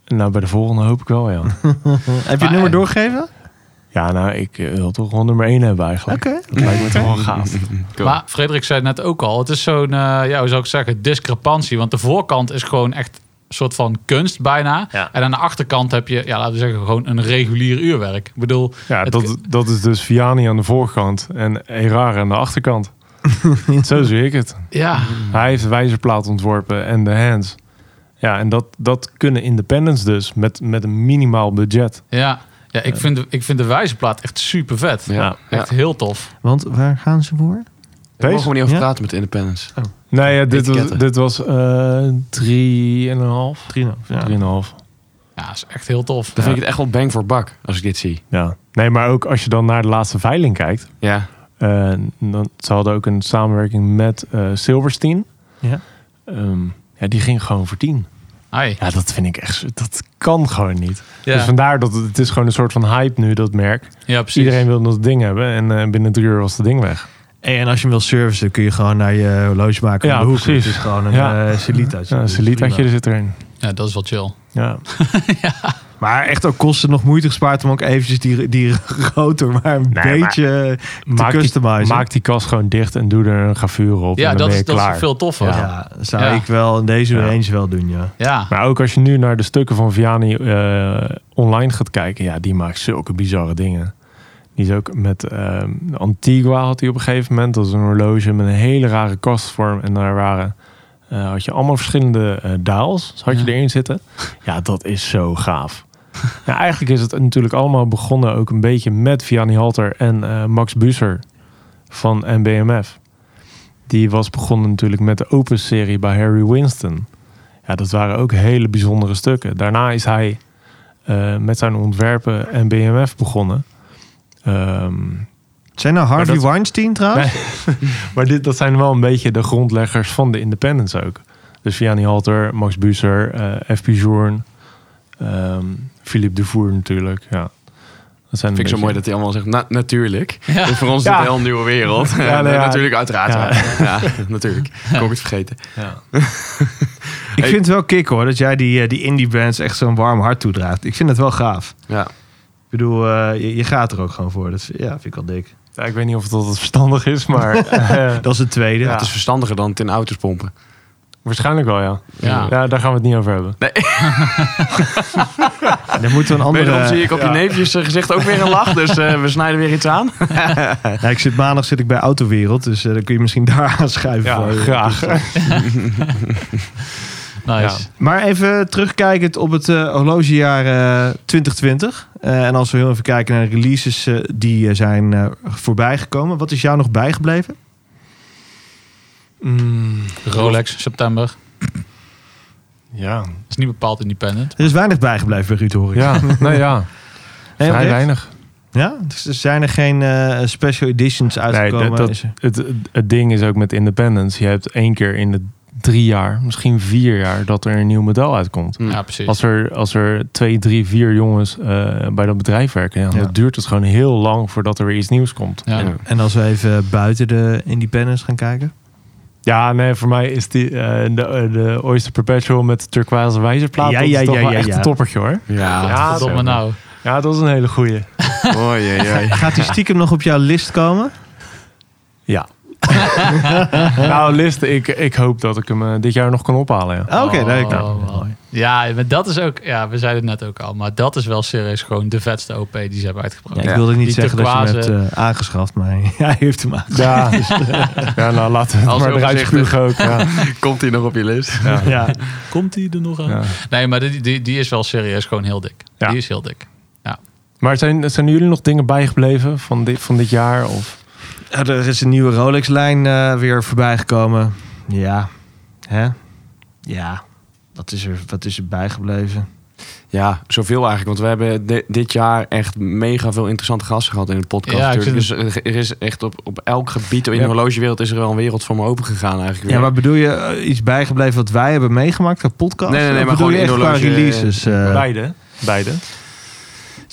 Speaker 2: nou, bij de volgende hoop ik wel, ja. Eh,
Speaker 1: Heb je het
Speaker 4: Maar-
Speaker 1: nummer doorgegeven?
Speaker 2: ja, nou, ik eh, wil toch wel nummer één hebben eigenlijk.
Speaker 1: Oké.
Speaker 2: Dat lijkt me toch wel gaaf.
Speaker 5: Cool.
Speaker 4: Maar Frederik zei het net ook al. Het is zo'n, eh, ja, hoe zou ik zeggen, discrepantie. Want de voorkant is gewoon echt een soort van kunst bijna.
Speaker 2: Ja.
Speaker 4: En aan de achterkant heb je, ja, laten we zeggen, gewoon een regulier uurwerk. Ik bedoel,
Speaker 2: Ja,
Speaker 4: Het
Speaker 2: dat, dat is dus Vianney aan de voorkant en Erara aan de achterkant. Zo zie ik het.
Speaker 4: ja,
Speaker 2: Hij heeft de wijzerplaat ontworpen en de hands. Ja, en dat, dat kunnen independents dus met, met een minimaal budget.
Speaker 4: ja. ja ik, vind, de- ik vind de wijzerplaat echt super vet.
Speaker 5: Ja.
Speaker 4: Echt heel tof.
Speaker 1: Want waar gaan ze voor?
Speaker 5: Daar mogen we niet over
Speaker 1: Ja?
Speaker 5: praten met Independence.
Speaker 2: Nee, ja, dit, was,
Speaker 5: Etiketten.
Speaker 2: dit was eh drie en een half.
Speaker 1: 3,5. Ja.
Speaker 2: Drie en een half.
Speaker 4: Ja, is echt heel tof.
Speaker 5: Dan vind ik het echt wel bang voor bak, als ik dit zie.
Speaker 2: Ja. Nee, maar ook als je dan naar de laatste veiling kijkt.
Speaker 5: Ja.
Speaker 2: eh, dan, ze hadden ook een samenwerking met eh, Silverstein.
Speaker 1: Ja.
Speaker 2: Ehm, ja, die ging gewoon voor tien.
Speaker 4: Ai.
Speaker 2: Ja, dat vind ik echt. zo- Dat kan gewoon niet.
Speaker 4: Ja.
Speaker 2: Dus vandaar dat het, het is gewoon een soort van hype nu, dat merk.
Speaker 4: Ja, precies.
Speaker 2: Iedereen wil dat ding hebben en eh, binnen drie uur was het ding weg.
Speaker 1: En als je hem wil servicen, kun je gewoon naar je horloge maken.
Speaker 2: Ja,
Speaker 1: de hoek.
Speaker 2: precies.
Speaker 1: Het is gewoon een eh,
Speaker 2: Ja.
Speaker 1: ja. Celita.
Speaker 2: Ja, een Celitaatje er zit erin.
Speaker 4: Ja, dat is wel chill.
Speaker 2: Ja.
Speaker 1: Maar echt ook kosten nog moeite gespaard om ook eventjes die, die rotor maar een
Speaker 2: Nee,
Speaker 1: beetje te
Speaker 2: die,
Speaker 1: customizen.
Speaker 2: maak die kast gewoon dicht en doe er een gravure op.
Speaker 4: Ja,
Speaker 2: en dan ben
Speaker 4: dat
Speaker 2: je
Speaker 4: is, dat
Speaker 2: klaar.
Speaker 4: is veel toffer. Ja.
Speaker 1: ja, zou
Speaker 4: Ja.
Speaker 1: ik wel in deze
Speaker 2: Ja.
Speaker 1: range wel doen, ja.
Speaker 4: Ja.
Speaker 2: Maar ook als je nu naar de stukken van Vianney eh, online gaat kijken, ja, die maakt zulke bizarre dingen. Die is ook met eh, Antigua had hij op een gegeven moment. Dat is een horloge met een hele rare kastvorm. En daar waren, eh, had je allemaal verschillende eh, dials, had je
Speaker 4: Ja.
Speaker 2: erin zitten. Ja, dat is zo gaaf. ja, eigenlijk is het natuurlijk allemaal begonnen ook een beetje met Vianney Halter en eh, Max Busser van NBMF. Die was begonnen natuurlijk met de open serie bij Harry Winston. Ja, dat waren ook hele bijzondere stukken. Daarna is hij eh, met zijn ontwerpen en BMF begonnen. Ehm,
Speaker 1: Zijn nou Harvey
Speaker 2: Maar dat-
Speaker 1: Weinstein trouwens?
Speaker 2: Maar dit, dat zijn wel een beetje de grondleggers van de independents ook. Dus Vianney Halter, Max Bucer, eh F.P. Journ, ehm, Philippe Dufour natuurlijk. Ja. Dat zijn
Speaker 5: Vind ik zo mooi dat hij allemaal zegt, na- natuurlijk.
Speaker 4: Ja.
Speaker 5: En voor ons is
Speaker 2: Ja.
Speaker 5: het een heel nieuwe wereld.
Speaker 2: Ja, nou
Speaker 5: En, eh,
Speaker 2: ja.
Speaker 5: Natuurlijk, uiteraard.
Speaker 2: Ja.
Speaker 5: wel. Ja, natuurlijk. Kom ik het vergeten.
Speaker 1: Ik vind het wel kick hoor, dat jij die, eh, die indie bands echt zo'n warm hart toedraagt. Ik vind het wel gaaf.
Speaker 5: Ja.
Speaker 1: Ik bedoel, eh, je, je gaat er ook gewoon voor. Dat is- ja, vind ik wel dik.
Speaker 2: Ja, ik weet niet of het altijd verstandig is, maar eh,
Speaker 1: Dat is het tweede.
Speaker 2: Ja.
Speaker 5: Het is verstandiger dan het in auto's pompen.
Speaker 2: waarschijnlijk wel, ja.
Speaker 4: Ja.
Speaker 2: ja. daar gaan we het niet over hebben.
Speaker 1: Dan moeten we een andere...
Speaker 5: Wederom zie ik op je neefjes eh, gezicht ook weer een lach. Dus eh, we snijden weer iets aan.
Speaker 1: Ja, ik zit, maandag zit ik bij Autowereld, dus eh, dan kun je misschien daar aanschuiven.
Speaker 2: Ja,
Speaker 1: voor je.
Speaker 2: graag.
Speaker 4: Nice.
Speaker 1: Maar even terugkijkend op het eh, horlogejaar eh, 2020. Eh, en als we heel even kijken naar de releases eh, die eh, zijn eh, voorbijgekomen. Wat is jou nog bijgebleven?
Speaker 2: Mm,
Speaker 4: Rolex, september.
Speaker 2: ja.
Speaker 4: Is niet bepaald independent.
Speaker 1: Er is weinig bijgebleven bij Ruud, hoor ik.
Speaker 2: ja, nou ja,
Speaker 1: Nee,
Speaker 2: vrij
Speaker 1: oprecht?
Speaker 2: weinig.
Speaker 1: Ja? Dus er zijn er geen eh, special editions uitgekomen?
Speaker 2: dat- dat-
Speaker 1: Is er-
Speaker 2: Het, het, het ding is ook met independence. Je hebt één keer in de drie jaar, misschien vier jaar, dat er een nieuw model uitkomt.
Speaker 5: Hm.
Speaker 4: Ja, precies.
Speaker 2: Als er, als er twee, drie, vier jongens eh, bij dat bedrijf werken, ja, dan
Speaker 1: Ja.
Speaker 2: duurt het gewoon heel lang voordat er weer iets nieuws komt.
Speaker 4: Ja.
Speaker 5: Ja.
Speaker 1: En als we even buiten de independence gaan kijken?
Speaker 2: Ja, nee, voor mij is die, eh, de, eh, de Oyster Perpetual met de turquoise wijzerplaat,
Speaker 1: Ja,
Speaker 2: dat
Speaker 1: ja,
Speaker 2: is toch
Speaker 1: ja,
Speaker 2: wel
Speaker 1: ja,
Speaker 2: echt
Speaker 1: ja.
Speaker 2: een toppertje hoor.
Speaker 5: Ja.
Speaker 2: Ja,
Speaker 4: Verdomme
Speaker 2: zo.
Speaker 4: nou.
Speaker 2: Ja, dat is een hele goeie.
Speaker 5: Oei, oei, oei.
Speaker 1: Gaat die stiekem nog op jouw list komen?
Speaker 2: Ja. nou, List, ik, ik hoop dat ik hem eh, dit jaar nog kan ophalen. Ja.
Speaker 1: Ah, Oké,
Speaker 4: Oh,
Speaker 1: nee, ik-
Speaker 4: man. Ja, maar dat is ook... Ja, we zeiden het net ook al. Maar dat is wel serieus gewoon de vetste OP die ze hebben uitgebracht.
Speaker 1: Ja, ik
Speaker 5: Ja.
Speaker 1: wilde niet
Speaker 4: Die
Speaker 1: zeggen dat je hem hebt
Speaker 4: turquoise.
Speaker 1: eh, aangeschaft, maar hij heeft hem aangeschaft.
Speaker 2: Ja, ja nou laten we het
Speaker 5: Als
Speaker 2: maar eruit
Speaker 5: overzichtig.
Speaker 2: spugen ook. Ja.
Speaker 5: Komt hij nog op je list?
Speaker 2: Ja.
Speaker 1: Ja.
Speaker 4: Komt die er nog aan?
Speaker 2: Ja.
Speaker 4: Nee, maar die, die, die is wel serieus gewoon heel dik.
Speaker 2: Ja.
Speaker 4: Die is heel dik.
Speaker 2: Maar zijn, zijn jullie nog dingen bijgebleven van dit, van dit jaar? Of?
Speaker 1: Ja, er is een nieuwe Rolex-lijn eh, weer voorbij gekomen. Ja. Hè? Ja. Wat is er, wat is er bijgebleven?
Speaker 5: Ja, zoveel eigenlijk. Want we hebben di- dit jaar echt mega veel interessante gasten gehad in de podcast.
Speaker 4: Ja, ik
Speaker 5: natuurlijk. Dus er is echt op, op elk gebied in de
Speaker 2: Ja.
Speaker 5: horlogewereld is er wel een wereld voor me open gegaan eigenlijk.
Speaker 1: Ja,
Speaker 5: weer.
Speaker 1: maar bedoel je eh, iets bijgebleven wat wij hebben meegemaakt? qua podcast?
Speaker 5: Nee, nee, nee,
Speaker 1: Of
Speaker 5: maar
Speaker 1: bedoel
Speaker 5: gewoon
Speaker 1: je
Speaker 5: in
Speaker 1: echt qua
Speaker 5: horloge, eh,
Speaker 1: releases? eh?
Speaker 2: Beide. Beide.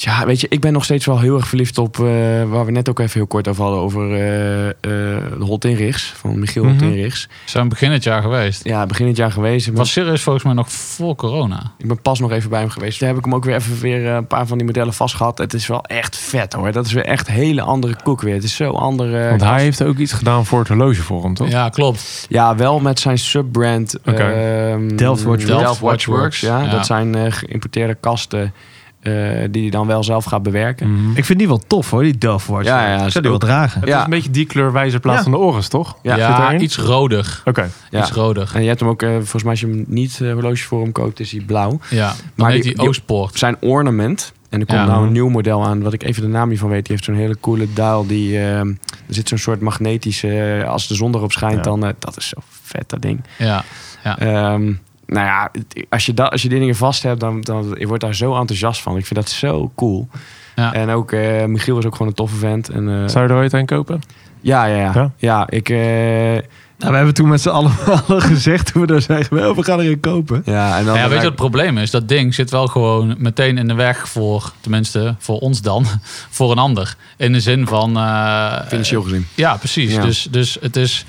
Speaker 5: Ja, weet je, ik ben nog steeds wel heel erg verliefd op eh, waar we net ook even heel kort over hadden. Over eh eh de Holt Inrichs, van Michiel Holt
Speaker 2: Mhm.
Speaker 5: Inrichs.
Speaker 4: Zijn begin het jaar geweest.
Speaker 5: Ja, begin het jaar geweest. Ik ben,
Speaker 4: Was serieus volgens mij nog voor corona.
Speaker 5: ik ben pas nog even bij hem geweest. Daar heb ik hem ook weer even weer eh, een paar van die modellen vastgehad. Het is wel echt vet hoor. Dat is weer echt hele andere koek weer. Het is zo eh, andere...
Speaker 2: Want hij heeft ook iets gedaan voor het horlogeforum, toch?
Speaker 4: Ja, klopt.
Speaker 5: Ja, wel met zijn subbrand
Speaker 2: Oké.
Speaker 5: ehm,
Speaker 1: Delft Watchworks.
Speaker 5: Delft Watchworks. Ja,
Speaker 4: Ja.
Speaker 5: Dat zijn eh, geïmporteerde kasten eh, die hij dan wel zelf gaat bewerken.
Speaker 2: Mhm.
Speaker 1: Ik vind die wel tof hoor, die Dove Watch.
Speaker 5: Ja, ja,
Speaker 1: ik zou
Speaker 5: is
Speaker 1: die wel
Speaker 5: ook-
Speaker 1: dragen.
Speaker 2: Het
Speaker 5: Ja.
Speaker 2: is een beetje die kleur wijzerplaat
Speaker 1: Ja.
Speaker 2: van de orens, toch?
Speaker 5: Ja.
Speaker 4: Ja,
Speaker 2: Zit erin?
Speaker 4: iets roder.
Speaker 2: Oké.
Speaker 5: Ja.
Speaker 4: Iets roder.
Speaker 5: En je hebt hem ook, eh, volgens mij als je hem niet eh, horloge voor hem koopt, is hij blauw.
Speaker 4: Ja. Dan
Speaker 5: Maar
Speaker 4: heet
Speaker 5: die-
Speaker 4: die, Oostpoort.
Speaker 5: Zijn ornament. En er komt
Speaker 4: Ja.
Speaker 5: nou een nieuw model aan, wat ik even de naam niet van weet. Die heeft zo'n hele coole dial. Die, ehm, er zit zo'n soort magnetische, eh, als de zon erop schijnt,
Speaker 2: Ja.
Speaker 5: dan... eh, dat is zo vet, dat ding.
Speaker 4: Ja.
Speaker 5: Ehm, nou ja, het- als je, da, als je die dingen vast hebt, dan, dan je wordt daar zo enthousiast van. Ik vind dat zo cool.
Speaker 4: Ja.
Speaker 5: En ook eh, Michiel was ook gewoon een toffe vent. En, eh,
Speaker 2: Zou je er ooit een kopen?
Speaker 5: ja, ja, ja,
Speaker 2: Ja?
Speaker 5: ja. ik, eh,
Speaker 1: Nou, we hebben toen met z'n allen allen gezegd toen we daar zijn geweest, "Oh, we gaan erin kopen.
Speaker 5: ja, en Nou, dan
Speaker 4: Ja, weet je wat het probleem is? Dat ding zit wel gewoon meteen in de weg voor, tenminste voor ons dan, voor een ander. In de zin van... eh,
Speaker 5: Financieel gezien.
Speaker 4: Ja, precies.
Speaker 5: Ja.
Speaker 4: Dus, dus het is,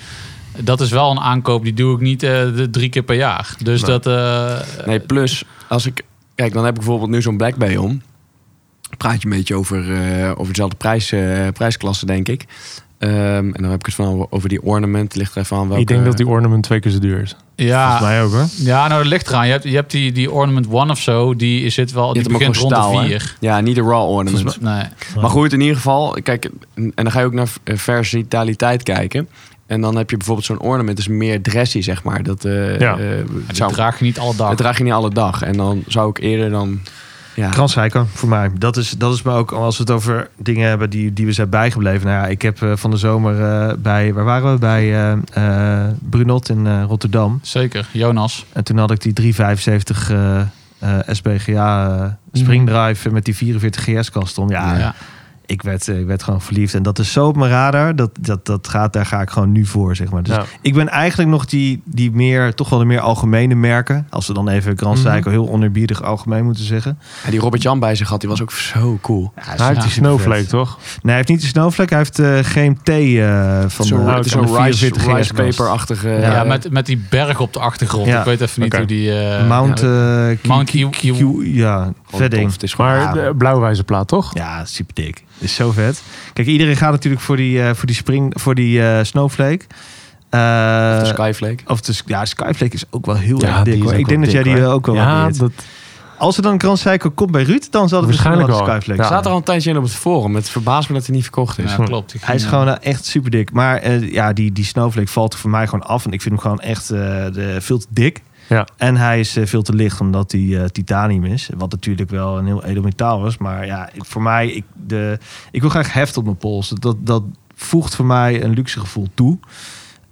Speaker 4: dat is wel een aankoop. Die doe ik niet eh, de drie keer per jaar. Dus dat... eh,
Speaker 5: Nee, plus, als ik... Kijk, dan heb ik bijvoorbeeld nu zo'n Black Bay om. Praat je een beetje over, eh, over dezelfde prijs, eh, prijsklasse, denk ik. Ehm, en dan heb ik het van over die ornament. Ligt er even aan welke...
Speaker 2: Ik denk dat die ornament twee keer zo duur is.
Speaker 4: ja,
Speaker 1: mij ook hoor.
Speaker 4: ja, nou, dat ligt eraan. Je hebt, je hebt die, die Ornament One of zo. Die zit wel...
Speaker 5: Je
Speaker 4: Oh, Die
Speaker 5: hebt hem ook
Speaker 4: begint rond
Speaker 5: gewoon staal,
Speaker 4: de
Speaker 5: hè?
Speaker 4: vier.
Speaker 5: Ja, niet de raw ornament.
Speaker 4: Volgens mij- Nee.
Speaker 5: Maar goed, in ieder geval, kijk, en dan ga je ook naar eh, versitaliteit kijken. En dan heb je bijvoorbeeld zo'n ornament, dat is meer dressy, zeg maar. Dat, eh,
Speaker 2: Ja.
Speaker 5: eh,
Speaker 4: Die
Speaker 5: zou,
Speaker 4: draag je niet alle dag.
Speaker 5: dat draag je niet alle dag. En dan zou ik eerder dan... Ja,
Speaker 1: Transrijker, voor mij. Dat is, dat is maar ook, als we het over dingen hebben die, die we zijn bijgebleven. Nou ja, ik heb eh, van de zomer eh, bij, waar waren we? Bij eh, eh, Brunot in eh, Rotterdam.
Speaker 4: Zeker, Jonas.
Speaker 1: En toen had ik die 375 eh,
Speaker 2: Mhm.
Speaker 1: eh, SBGA eh, springdrive met die 44 GS kast om. Ja,
Speaker 4: Ja.
Speaker 1: ik werd, eh, ik werd gewoon verliefd. En dat is zo op mijn radar. Dat, dat, dat gaat, daar ga ik gewoon nu voor, zeg maar. Dus
Speaker 2: Ja.
Speaker 1: ik ben eigenlijk nog die, die meer, toch wel de meer algemene merken. Als we dan even Grand
Speaker 2: Mhm.
Speaker 1: Cycle heel onerbiedig algemeen moeten zeggen.
Speaker 5: En die Robert Jan bij zich had, die was ook zo cool.
Speaker 1: Ja,
Speaker 2: Hij heeft die
Speaker 1: super vet.
Speaker 2: snowflake, toch?
Speaker 1: Nee, hij heeft niet de snowflake. Hij heeft eh GMT eh van
Speaker 5: Zo'n
Speaker 1: de,
Speaker 5: het is
Speaker 1: van de
Speaker 5: zo'n rice,
Speaker 1: 44
Speaker 5: rice
Speaker 1: herfstkast.
Speaker 5: paper-achtige...
Speaker 4: Ja,
Speaker 5: eh,
Speaker 4: met, met die berg op de achtergrond.
Speaker 1: Ja.
Speaker 4: Ik weet even niet
Speaker 2: Oké.
Speaker 4: hoe die... eh,
Speaker 1: Mount,
Speaker 4: ja.
Speaker 1: eh, Q-
Speaker 4: Mount
Speaker 1: Q-
Speaker 4: Q- Q-
Speaker 1: Q- ja,
Speaker 5: gewoon
Speaker 1: vet
Speaker 5: tof.
Speaker 1: ding.
Speaker 5: Het is gewoon...
Speaker 2: Maar de blauwwijze plaat, toch?
Speaker 1: Ja, super dik. Is zo vet. Kijk, iedereen gaat natuurlijk voor die, eh, voor die spring, voor die eh, snowflake. Eh,
Speaker 5: de Skyflake.
Speaker 1: of de, ja, Skyflake is ook wel heel
Speaker 2: Ja,
Speaker 1: erg
Speaker 2: die
Speaker 1: dik.
Speaker 2: is
Speaker 1: Hoor.
Speaker 2: ook
Speaker 1: Ik denk
Speaker 2: wel
Speaker 1: dat jij
Speaker 2: dik,
Speaker 1: die eh,
Speaker 2: hoor.
Speaker 1: ook wel waardeert.
Speaker 2: dat,
Speaker 1: Als er dan Grand Cycle komt bij Ruud, dan zal het
Speaker 2: Waarschijnlijk
Speaker 1: misschien wel de
Speaker 2: wel.
Speaker 1: Skyflake
Speaker 2: Ja.
Speaker 5: Staat er al een tijdje in op het forum. Het verbaast me dat hij niet verkocht is.
Speaker 4: Ja, klopt. Die
Speaker 1: Hij is
Speaker 4: ging,
Speaker 1: gewoon eh, echt super dik. Maar eh, ja, die, die snowflake valt voor mij gewoon af. En ik vind hem gewoon echt eh, de, veel te dik.
Speaker 2: Ja.
Speaker 1: En hij is eh, veel te licht omdat hij eh, titanium is. Wat natuurlijk wel een heel edel metaal was. Maar ja, ik- voor mij, ik, de, ik wil graag heft op mijn pols. Dat, dat voegt voor mij een luxe gevoel toe.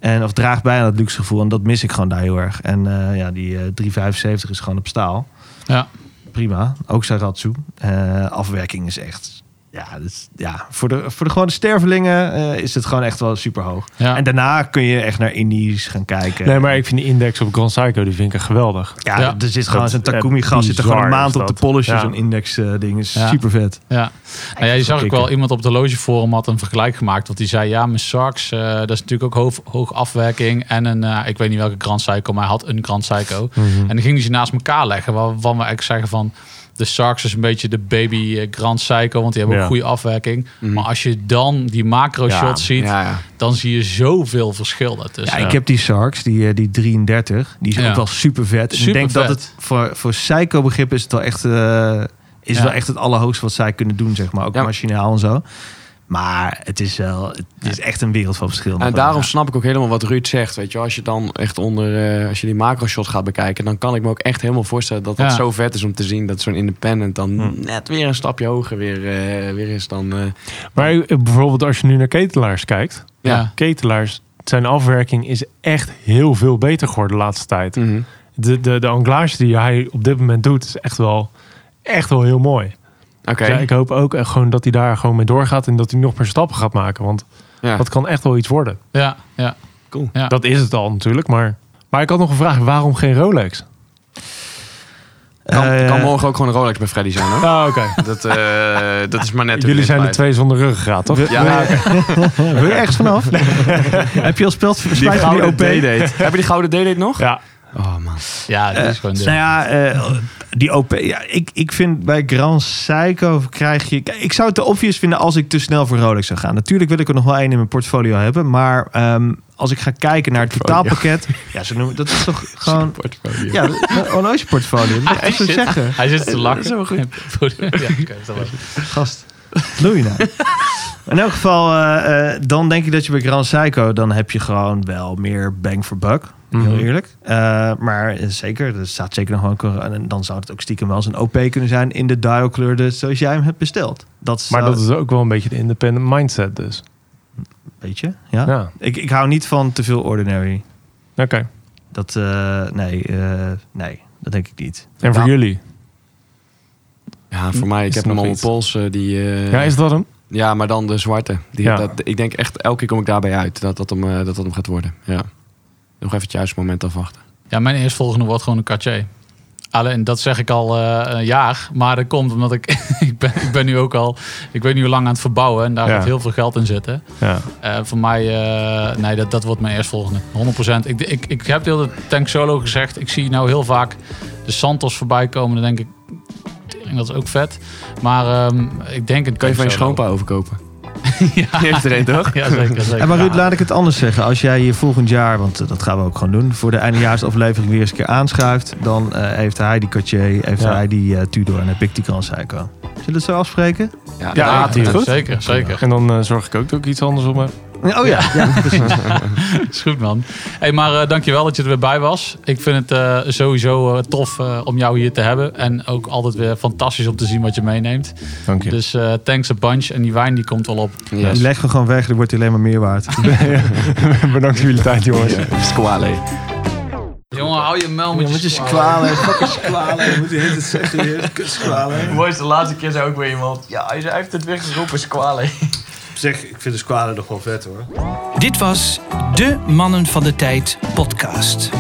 Speaker 1: En, of draagt bij aan dat luxe gevoel. En dat mis ik gewoon daar heel erg. En eh, ja, die eh, 375 is gewoon op staal.
Speaker 4: Ja.
Speaker 1: Prima. Ook Saratsu. Eh, afwerking is echt... Ja, dus, ja. Voor, de, voor de gewone stervelingen eh, is het gewoon echt wel super hoog.
Speaker 4: eh, Ja.
Speaker 1: En daarna kun je echt naar Indies gaan kijken.
Speaker 2: nee, maar ik vind die index op Grand Psycho, die vind ik echt geweldig.
Speaker 1: ja,
Speaker 4: Ja.
Speaker 1: er zit gewoon
Speaker 2: Dat- eh,
Speaker 1: zo'n Takumi-gast. Zit er
Speaker 2: bizar
Speaker 1: gewoon een maand
Speaker 2: is
Speaker 1: op te
Speaker 2: dat.
Speaker 1: polishen.
Speaker 2: Ja.
Speaker 1: Zo'n index-ding is
Speaker 4: Ja.
Speaker 1: super vet.
Speaker 4: Ja. Nou ja, je zag ook
Speaker 1: kicken.
Speaker 4: wel iemand op de logeforum had een vergelijk gemaakt. Want die zei, ja, mijn Sarks, eh, dat is natuurlijk ook hoog, hoog afwerking. En een, eh, ik weet niet welke Grand Psycho, maar hij had een Grand Psycho. En dan ging hij ze naast elkaar leggen. Waarvan we eigenlijk zeggen van, de Sarks is een beetje de baby eh, Grand Psycho. Want die hebben ook
Speaker 2: Ja.
Speaker 4: goede afwerking.
Speaker 5: Mhm.
Speaker 4: Maar als je dan die macro
Speaker 2: Ja,
Speaker 4: shots ziet,
Speaker 5: Ja, ja.
Speaker 4: dan zie je zoveel verschil daartussen.
Speaker 1: Ja, ik heb die Sarks, die, eh, die 33. Die is
Speaker 4: Dus, Ja.
Speaker 1: ook wel super vet. ik denk
Speaker 4: Supervet.
Speaker 1: dat het voor, voor psycho-begrip is het wel echt... eh, is
Speaker 4: Ja.
Speaker 1: wel echt het allerhoogste wat zij kunnen doen, zeg maar. Ook
Speaker 5: Ja.
Speaker 1: machinaal en zo. Maar het is wel... Het is echt een wereld van verschil.
Speaker 5: En
Speaker 1: nog.
Speaker 5: daarom snap ik ook helemaal wat Ruud zegt. Weet je, wel. als je dan echt onder, eh, als je die macro-shot gaat bekijken, dan kan ik me ook echt helemaal voorstellen dat dat
Speaker 4: Ja.
Speaker 5: zo vet is om te zien dat zo'n independent dan
Speaker 1: Hm.
Speaker 5: net weer een stapje hoger weer, eh, weer is dan. eh,
Speaker 2: Maar eh, bijvoorbeeld als je nu naar ketelaars kijkt.
Speaker 5: ja.
Speaker 4: Ja.
Speaker 2: Ketelaars, zijn afwerking is echt heel veel beter geworden de laatste tijd.
Speaker 5: Mhm.
Speaker 2: De, de, de anglage die hij op dit moment doet, is echt wel, echt wel heel mooi.
Speaker 5: Oké.
Speaker 2: Dus ja, ik hoop ook echt gewoon dat hij daar gewoon mee doorgaat en dat hij nog meer stappen gaat maken. Want
Speaker 5: Ja.
Speaker 2: dat kan echt wel iets worden.
Speaker 4: Ja, ja.
Speaker 5: Cool.
Speaker 4: Ja.
Speaker 2: Dat is het al natuurlijk. Maar, maar ik had nog een vraag. Waarom geen Rolex?
Speaker 5: Kan,
Speaker 1: Eh,
Speaker 5: kan morgen ook gewoon een Rolex bij Freddy zijn, hoor.
Speaker 2: Ah, oké.
Speaker 5: Dat, eh, dat is maar net. hoe
Speaker 2: Jullie
Speaker 5: het
Speaker 2: zijn de
Speaker 5: blijft.
Speaker 2: twee Oh zonder ruggengraat, toch?
Speaker 1: We-
Speaker 5: Ja,
Speaker 1: we- Wil je ergens vanaf? Heb je al speld
Speaker 5: Die
Speaker 1: spijt van die
Speaker 5: gouden
Speaker 1: OP?
Speaker 5: D-date. Heb je die gouden D-date nog?
Speaker 2: Ja.
Speaker 5: Oh man.
Speaker 4: ja, dat
Speaker 1: Eh,
Speaker 4: is gewoon dit.
Speaker 1: nou ja, eh, die OP. Ja, ik, ik vind bij Grand Psycho krijg je. Kijk, Ik zou het te obvious vinden als ik te snel voor Rolex zou gaan. Natuurlijk wil ik er nog wel één in mijn portfolio hebben. Maar ehm, als ik ga kijken naar het totaalpakket. Ja, ze noemen, dat is toch gewoon. Ja, een horlogeportfolio. Dat moet
Speaker 4: Ah,
Speaker 1: ik echt zo zeggen.
Speaker 4: Hij zit te lachen.
Speaker 5: wel goed.
Speaker 4: ja, oké, dat was-
Speaker 1: Gast, doe je nou? In elk geval, eh, eh, dan denk ik dat je bij Grand Psycho... dan heb je gewoon wel meer bang for buck. Heel
Speaker 2: Mhm.
Speaker 1: eerlijk. Eh, maar eh, zeker, er staat zeker nog wel een... cor- En dan zou het ook stiekem wel eens een OP kunnen zijn... in de dialkleur dus zoals jij hem hebt besteld. Dat is,
Speaker 2: Maar dat is ook wel een beetje de independent mindset dus.
Speaker 1: Weet je? Ja?
Speaker 2: Ja.
Speaker 1: Ik, ik hou niet van te veel ordinary.
Speaker 2: Oké.
Speaker 1: Dat, eh, nee, eh, nee, dat denk ik niet.
Speaker 2: En voor
Speaker 5: Ja.
Speaker 2: jullie?
Speaker 5: Ja, voor mij, ik
Speaker 2: Is
Speaker 5: heb
Speaker 2: er nog
Speaker 5: hem al mijn
Speaker 2: iets?
Speaker 5: pols. eh, die, eh,
Speaker 2: Ja, is dat hem?
Speaker 5: ja, maar dan de zwarte. Die,
Speaker 2: Ja.
Speaker 5: dat, ik denk echt, elke keer kom ik daarbij uit dat dat hem, eh, dat dat hem gaat worden. Ja. Nog even het juiste moment afwachten.
Speaker 4: Ja, mijn eerstvolgende wordt gewoon een Cartier. Alleen, dat zeg ik al eh, een jaar. Maar dat komt omdat ik, ik, ben, ik ben nu ook al... Ik weet nu hoe lang aan het verbouwen. En daar
Speaker 2: Ja.
Speaker 4: gaat heel veel geld in zitten.
Speaker 2: Ja.
Speaker 4: Eh, voor mij... eh, nee, dat, dat wordt mijn eerstvolgende. 100%. Ik, ik, ik heb de hele Tank Solo gezegd. Ik zie nou heel vaak de Santos voorbij komen. Dan denk ik... "Tering, Dat is ook vet. Maar ehm, ik denk een
Speaker 5: Kan je van
Speaker 4: Tank Solo.
Speaker 5: je schoonpa overkopen?
Speaker 4: ja,
Speaker 5: Die heeft er een, toch?
Speaker 4: ja, zeker. zeker.
Speaker 1: En maar Ruud, laat ik het anders zeggen. Als jij je volgend jaar, want eh, dat gaan we ook gewoon doen... voor de eindejaarsaflevering weer eens een keer aanschuift... dan eh, heeft hij die Cartier, heeft
Speaker 2: Ja.
Speaker 1: hij die eh, Tudor en heb ik die Grand Seiko. Zullen we het zo afspreken?
Speaker 2: Ja,
Speaker 5: inderdaad.
Speaker 2: die is goed.
Speaker 4: Zeker, zeker.
Speaker 2: En dan eh, zorg ik ook dat ik iets anders om heb.
Speaker 1: Oh ja.
Speaker 4: Is goed, man. hey, maar eh, dankjewel dat je er weer bij was. Ik vind het eh, sowieso eh, tof eh, om jou hier te hebben. En ook altijd weer fantastisch om te zien wat je meeneemt.
Speaker 2: Dank je.
Speaker 4: Dus eh, thanks a bunch. En die wijn die komt wel op.
Speaker 5: Ja.
Speaker 1: Die leggen we gewoon weg, dan wordt hij alleen maar meer waard.
Speaker 2: Bedankt voor jullie tijd, jongens.
Speaker 5: Squale.
Speaker 4: Jongen, hou je mel
Speaker 1: Ja,
Speaker 4: met
Speaker 1: met
Speaker 4: je
Speaker 1: je
Speaker 4: squad.
Speaker 1: squalen, fucking squalen. Je moet de hele tijd zeggen, weer, kut squalen.
Speaker 6: Mooi is de laatste keer zei ook weer iemand. Ja, hij zei- hij heeft het weer geroepen, squalen.
Speaker 1: Zeg, ik vind de squalen nog wel vet hoor.
Speaker 3: Dit was de Mannen van de Tijd podcast.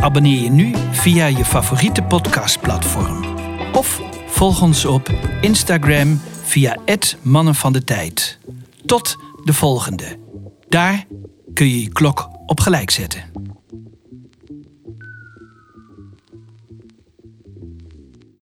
Speaker 3: Abonneer je nu via je favoriete podcastplatform. Of volg ons op Instagram via het Mannen van de Tijd. Tot de volgende. Daar kun je je klok op gelijk zetten.